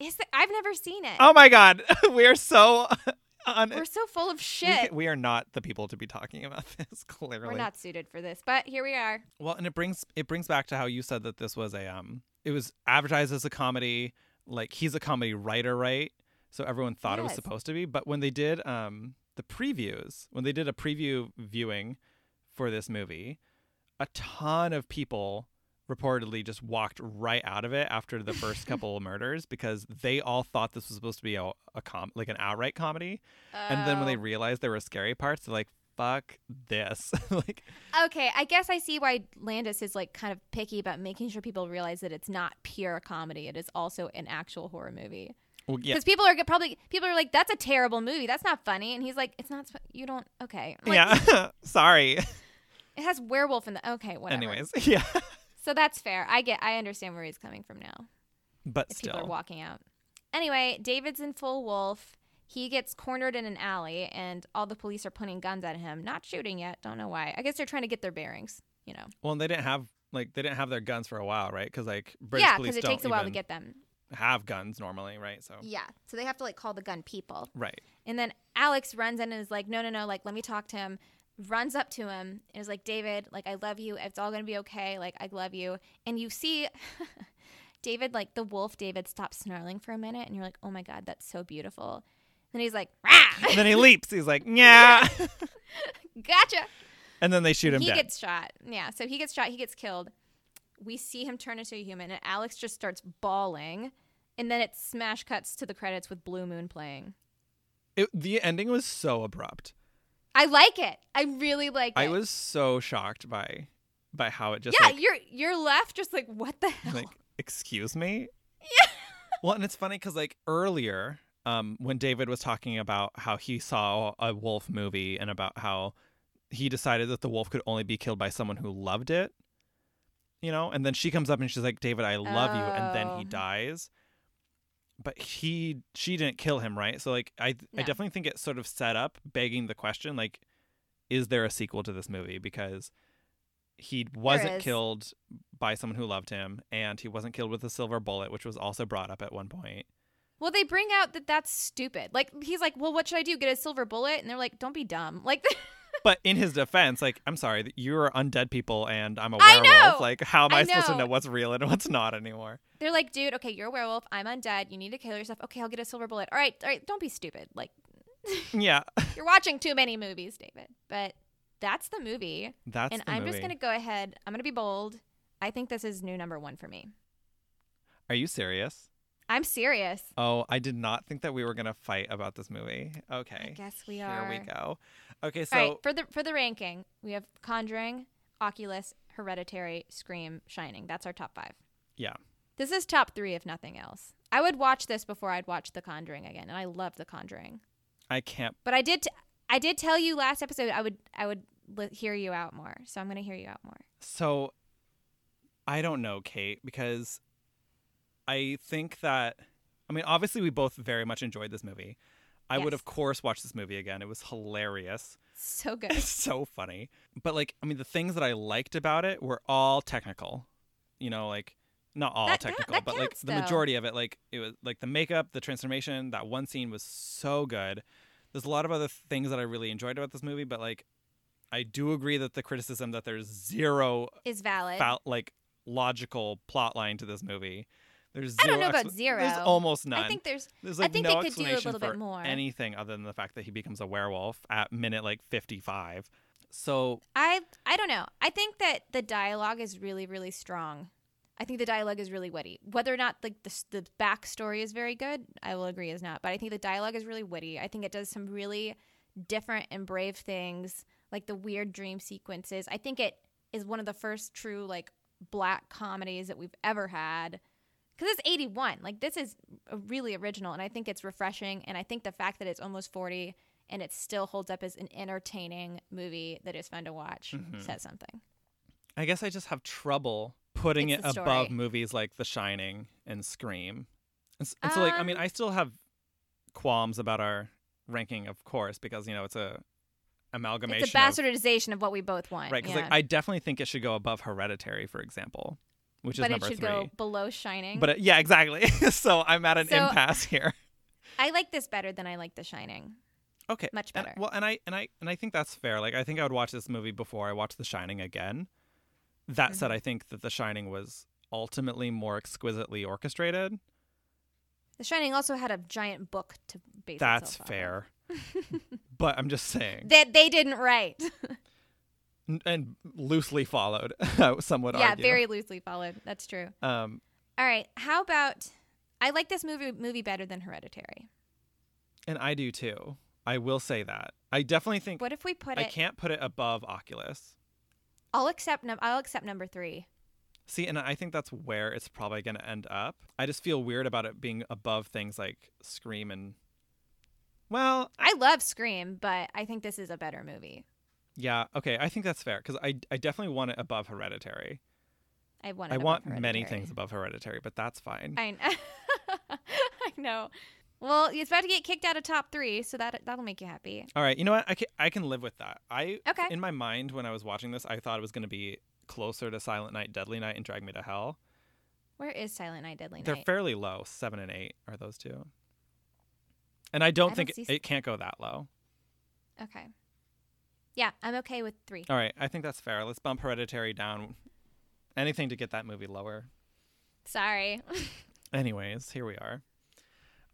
Is that I've never seen it.
Oh my God, we are so on.
We're so full of
we
shit.
ca-
We
We, are not the people to be talking about this. Clearly,
are not suited for this, but here we are.
Well, and it brings it brings back to how you said that this was a um it was advertised as a comedy, like he's a comedy writer, right? So everyone thought it was
Yes.
supposed to be, but when they did um the previews, when they did a preview viewing for this movie, a ton of people reportedly just walked right out of it after the first couple of murders because they all thought this was supposed to be a, a com like an outright comedy and then when they
Oh.
realized there were scary parts they're like fuck this like
Okay, I guess I see why Landis is like kind of picky about making sure people realize that it's not pure comedy. It is also an actual horror movie.
well, yeah
Because people are g- probably people are like, "That's a terrible movie. That's not funny." And he's like, "It's not. fu- You don't. Okay. I'm like,
yeah. Sorry.
It has werewolf in the. Okay. Whatever.
Anyways, yeah.
So that's fair. I get. I understand where he's coming from now.
But
If people are
still,
walking out. Anyway, David's in full wolf. He gets cornered in an alley, and all the police are pointing guns at him. Not shooting yet. Don't know why. I guess they're trying to get their bearings. You know.
well, and they didn't have like they didn't have their guns for a while, right? Because like British
yeah,
police
it
don't
takes a while to
even
get them.
have guns normally, right? So
Yeah, so they have to like call the gun people.
right,
And then Alex runs in and is like, no, no, no, like, let me talk to him. Runs up to him and is like, David, like, I love you. It's all going to be okay. Like, I love you. And you see David, like, the wolf David stops snarling for a minute. And you're like, oh my God, that's so beautiful. Then he's like,
and
Rah!
then he leaps. He's like, yeah,
gotcha.
and then they shoot him
He
dead.
gets shot. Yeah. So he gets shot. He gets killed. We see him turn into a human. And Alex just starts bawling. And then it smash cuts to the credits with Blue Moon playing.
It, the ending was so abrupt.
I like it. I really like it.
I was so shocked by by how it just
yeah,
like,
you're you're left just like what the hell?
like excuse me well and it's funny because like earlier um when david was talking about how he saw a wolf movie and about how he decided that the wolf could only be killed by someone who loved it you know and then she comes up and she's like david i love you and then he
Oh.
dies but he she didn't kill him right so like i i
No.
definitely think it's sort of set up begging the question like is there a sequel to this movie because he wasn't
is.
killed by someone who loved him and he wasn't killed with a silver bullet which was also brought up at one point
well, they bring out that that's stupid. Like he's like, well, what should I do? Get a silver bullet? And they're like, don't be dumb. Like
but in his defense like i'm sorry that you are undead people and i'm a
I
werewolf
know!
like how am
I
i, supposed to
know.
know what's real and what's not anymore
they're like, dude, okay, you're a werewolf. I'm undead. You need to kill yourself. Okay, I'll get a silver bullet. All right, all right, don't be stupid. Like
yeah
you're watching too many movies, David. But that's the movie,
that's
and
the
I'm
movie.
just gonna go ahead. I'm gonna be bold. I think this is new number one for me.
are you serious
I'm serious.
Oh, I did not think that we were gonna fight about this movie. Okay.
I guess we
Here
are.
we go. Okay, so
All right, for the for the ranking, we have Conjuring, Oculus, Hereditary, Scream, Shining. That's our top five.
yeah.
This is top three, if nothing else. I would watch this before I'd watch The Conjuring again, and I love The Conjuring.
I can't
But I did, t- I did tell you last episode I would, I would li- hear you out more. So I'm gonna hear you out more.
So I don't know, Kate, because I think that I mean, obviously we both very much enjoyed this movie. I would
Yes.
of course watch this movie again. It was hilarious.
So good.
It's so funny. But like, I mean, the things that I liked about it were all technical. You know, like not all
That count-
technical,
that
but like
counts,
the
though.
majority of it, like it was like the makeup, the transformation, that one scene was so good. There's a lot of other things that I really enjoyed about this movie, but like I do agree that the criticism that there's zero
Is valid.
fou- like logical plot line to this movie. There's
I
zero
don't know about
There's
zero.
almost none.
I think there's
there's
I
like
think
no
they could do a
explanation
little bit
for
more.
anything other than the fact that he becomes a werewolf at minute like 55. So
I I don't know. I think that the dialogue is really really strong. I think the dialogue is really witty. Whether or not like the s- the backstory is very good, I will agree is not. But I think the dialogue is really witty. I think it does some really different and brave things, like the weird dream sequences. I think it is one of the first true like black comedies that we've ever had. Cuz it's 81. Like this is a- really original and I think it's refreshing and I think the fact that it's almost 40 and it still holds up as an entertaining movie that is fun to watch
Mm-hmm.
says something.
I guess I just have trouble putting
It's
it
the story.
above movies like The Shining and Scream. And, s- and so, like, I mean,
Um,
I still have qualms about our ranking, of course, because you know it's a amalgamation.
It's a
of-
bastardization of what we both want.
right? Because
yeah.
like, I definitely think it should go above Hereditary, for example, which is
but it
number
should
three.
go below Shining.
But it, yeah, exactly. so I'm at an
So-
impasse here.
I like this better than I like The Shining.
Okay,
Much
and-
better.
well, and I and I and I think that's fair. Like, I think I would watch this movie before I watch The Shining again. That said,
Mm-hmm.
I think that The Shining was ultimately more exquisitely orchestrated.
The Shining also had a giant book to base
That's
itself off of.
fair. but I'm just saying,
That they didn't write.
N- and loosely followed, some would
yeah,
argue.
very loosely followed. That's true.
Um,
All right, how about I like this movie movie better than Hereditary.
and I do too. I will say that. I definitely think
What if we put
I
it?
can't put it above Oculus.
I'll accept. Num- I'll accept number three.
See, and I think that's where it's probably going to end up. I just feel weird about it being above things like Scream and. Well,
I love Scream, but I think this is a better movie.
yeah, okay. I think that's fair because I, I definitely want it above Hereditary.
I want. it
I
above
want many
Hereditary.
things above Hereditary, but that's fine.
I know. I know. Well, it's about to get kicked out of top three, so that that'll make you happy.
All right, you know what? I can, I can live with that. I
Okay.
in my mind when I was watching this, I thought it was going to be closer to Silent Night, Deadly Night, and Drag Me to Hell.
Where is Silent Night, Deadly Night?
They're fairly low. Seven and eight are those two. And I don't
I don't
think it-
see-
it can't go that low.
okay. Yeah, I'm okay with three.
All right, I think that's fair. Let's bump Hereditary down. Anything to get that movie lower.
Sorry.
Anyways, here we are.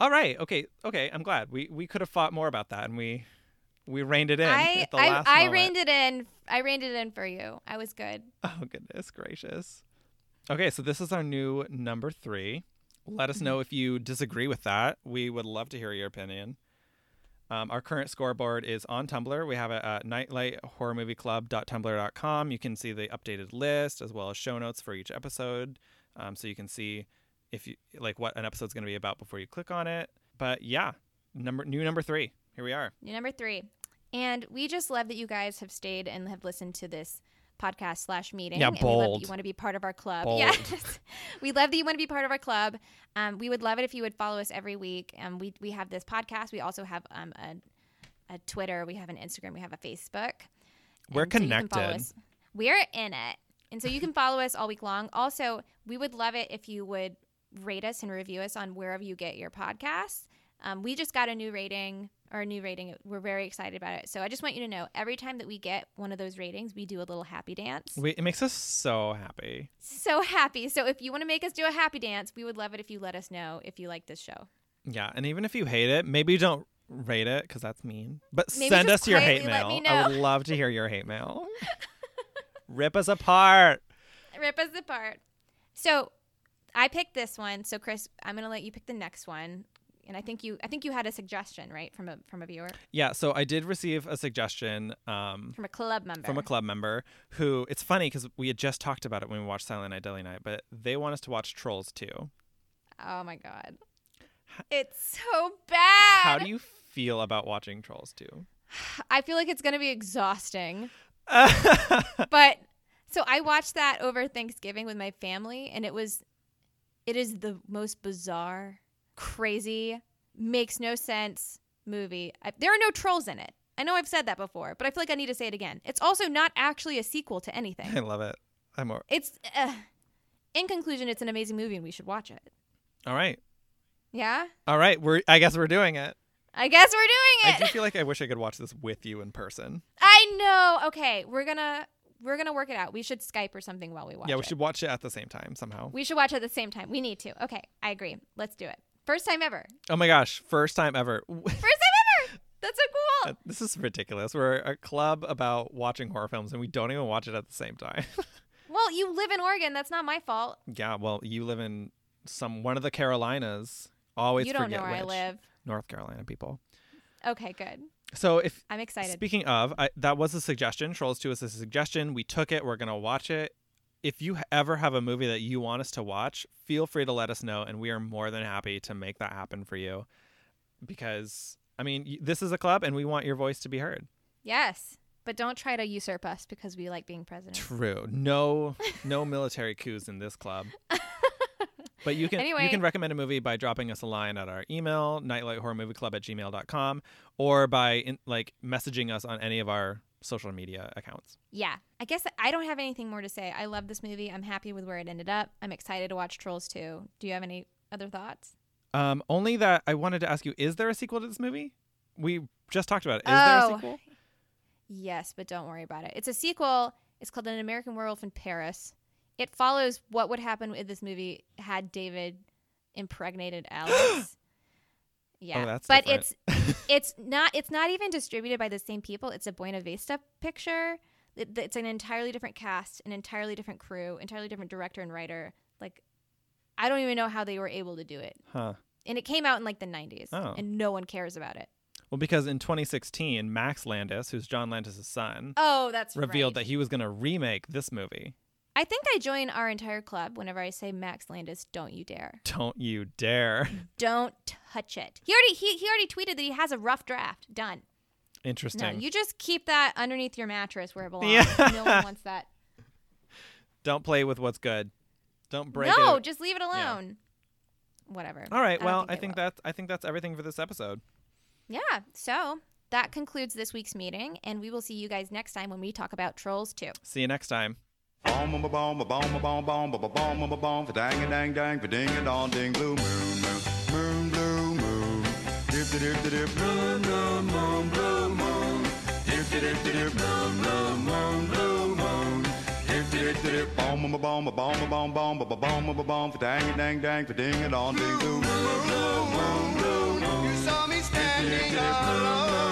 All right, okay, okay. I'm glad we we could have fought more about that, and we we reined it in
I
at the
I,
last
I
moment.
reined it in. I reined it in for you. I was good.
Oh goodness gracious. Okay, so this is our new number three. Let us know if you disagree with that. We would love to hear your opinion. Um, our current scoreboard is on Tumblr. We have it at nightlighthorrormovieclub.tumblr.com. You can see the updated list as well as show notes for each episode, um, so you can see if you like what an episode's going to be about before you click on it. But yeah, number new number three. Here we are.
You're number three, and we just love that you guys have stayed and have listened to this podcast slash meeting.
Yeah,
and we love that
bold.
you want to be part of our club.
Bold.
Yes, we love that you want to be part of our club. Um, we would love it if you would follow us every week. Um, we we have this podcast. We also have um a a Twitter. We have an Instagram. We have a Facebook.
We're
And so you can follow
connected.
us. We're in it. And so you can follow us all week long. Also, we would love it if you would rate us and review us on wherever you get your podcasts. Um, we just got a new rating or a new rating. We're very excited about it. So I just want you to know every time that we get one of those ratings, we do a little happy dance.
We, it makes us so happy.
so happy. So if you want to make us do a happy dance, we would love it if you let us know if you like this show.
Yeah, and even if you hate it, maybe don't rate it because that's mean. But
Maybe
send
just
us your hate
quietly
mail.
let me
I would love to hear your hate mail. Rip us apart.
Rip us apart. So I picked this one, so Chris, I'm gonna let you pick the next one. And I think you, I think you had a suggestion, right, from a from a viewer,
Yeah, so I did receive a suggestion um,
from a club member.
from a club member who it's funny because we had just talked about it when we watched Silent Night Deadly Night, but they want us to watch Trolls too.
oh my god, it's so bad.
How do you feel about watching Trolls too?
I feel like it's gonna be exhausting. but so I watched that over Thanksgiving with my family, and it was, it is the most bizarre, crazy, makes no sense movie. I, there are no trolls in it. I know I've said that before, but I feel like I need to say it again. It's also not actually a sequel to
I
anything.
love it. I'm all
It's, uh, in conclusion, it's an amazing movie, and we should watch it.
all right.
Yeah,
All right, we're I guess we're doing it.
I guess we're doing
I
it.
do feel like I wish I could watch this with you in person.
I know. Okay, we're gonna we're gonna work it out. We should Skype or something while we watch.
yeah, we
it.
should watch it at the same time somehow.
We should watch at the same time. We need to. Okay, I agree. Let's do it. First time ever.
Oh my gosh, first time ever. Uh,
First time ever. That's so cool.
this is ridiculous. We're a club about watching horror films and we don't even watch it at the same time.
Well, you live in Oregon. That's not my fault.
yeah, well, you live in some one of the Carolinas. Always
you don't know
forget
where I
which.
live.
North Carolina people.
Okay, good.
So if
I'm excited.
Speaking of, I, that was a suggestion. Trolls 2 is a suggestion. We took it. We're going to watch it. If you h- ever have a movie that you want us to watch, feel free to let us know. And we are more than happy to make that happen for you. Because, I mean, y- this is a club and we want your voice to be heard.
yes, but don't try to usurp us because we like being president.
True. No, no military coups in this club. But you can
Anyway.
you can recommend a movie by dropping us a line at our email, nightlighthorrormovieclub at gmail.com, or by in, like messaging us on any of our social media accounts.
Yeah, I guess I don't have anything more to say. I love this movie. I'm happy with where it ended up. I'm excited to watch Trolls 2. Do you have any other thoughts?
Um, only that I wanted to ask you: Is there a sequel to this movie? We just talked about it. Is there
Oh.
a sequel?
Yes, but don't worry about it. It's a sequel. It's called An American Werewolf in Paris. It follows what would happen with this movie had David impregnated Alice. yeah,
Oh, that's
but
different.
it's it's not it's not even distributed by the same people. It's a Buena Vista picture. It- it's an entirely different cast, an entirely different crew, entirely different director and writer. Like, I don't even know how they were able to do it.
Huh.
And it came out in like the '90s,
Oh.
and no one cares about it.
Well, because in 2016, Max Landis, who's John Landis' son,
Oh, that's
revealed
right.
that he was going to remake this movie.
I think I join our entire club whenever I say Max Landis, don't you dare.
Don't you dare!
Don't touch it. He already he, he already tweeted that he has a rough draft. Done. No,
Interesting.
you just keep that underneath your mattress where it belongs.
Yeah.
No one wants that.
Don't play with what's good. Don't break
no,
it.
just leave it alone. Whatever.
All right.
don't
well, I
they
think
will.
that's I think that's everything for this episode.
Yeah. So that concludes this week's meeting, and we will see you guys next time when we talk about Trolls 2.
See you next time.
Bomb a bomb a bomb a bomb bomb a bomb a bomb for dang a dang dang for ding a dong ding blue moon moon moon blue moon dip dip dip dip moon moon moon blue moon dip dip dip dip moon moon moon blue moon dip dip dip dip bomb a bomb a bomb a bomb bomb a bomb a bomb for dang a dang dang for ding a dong ding blue moon blue moon blue moon you saw me standing alone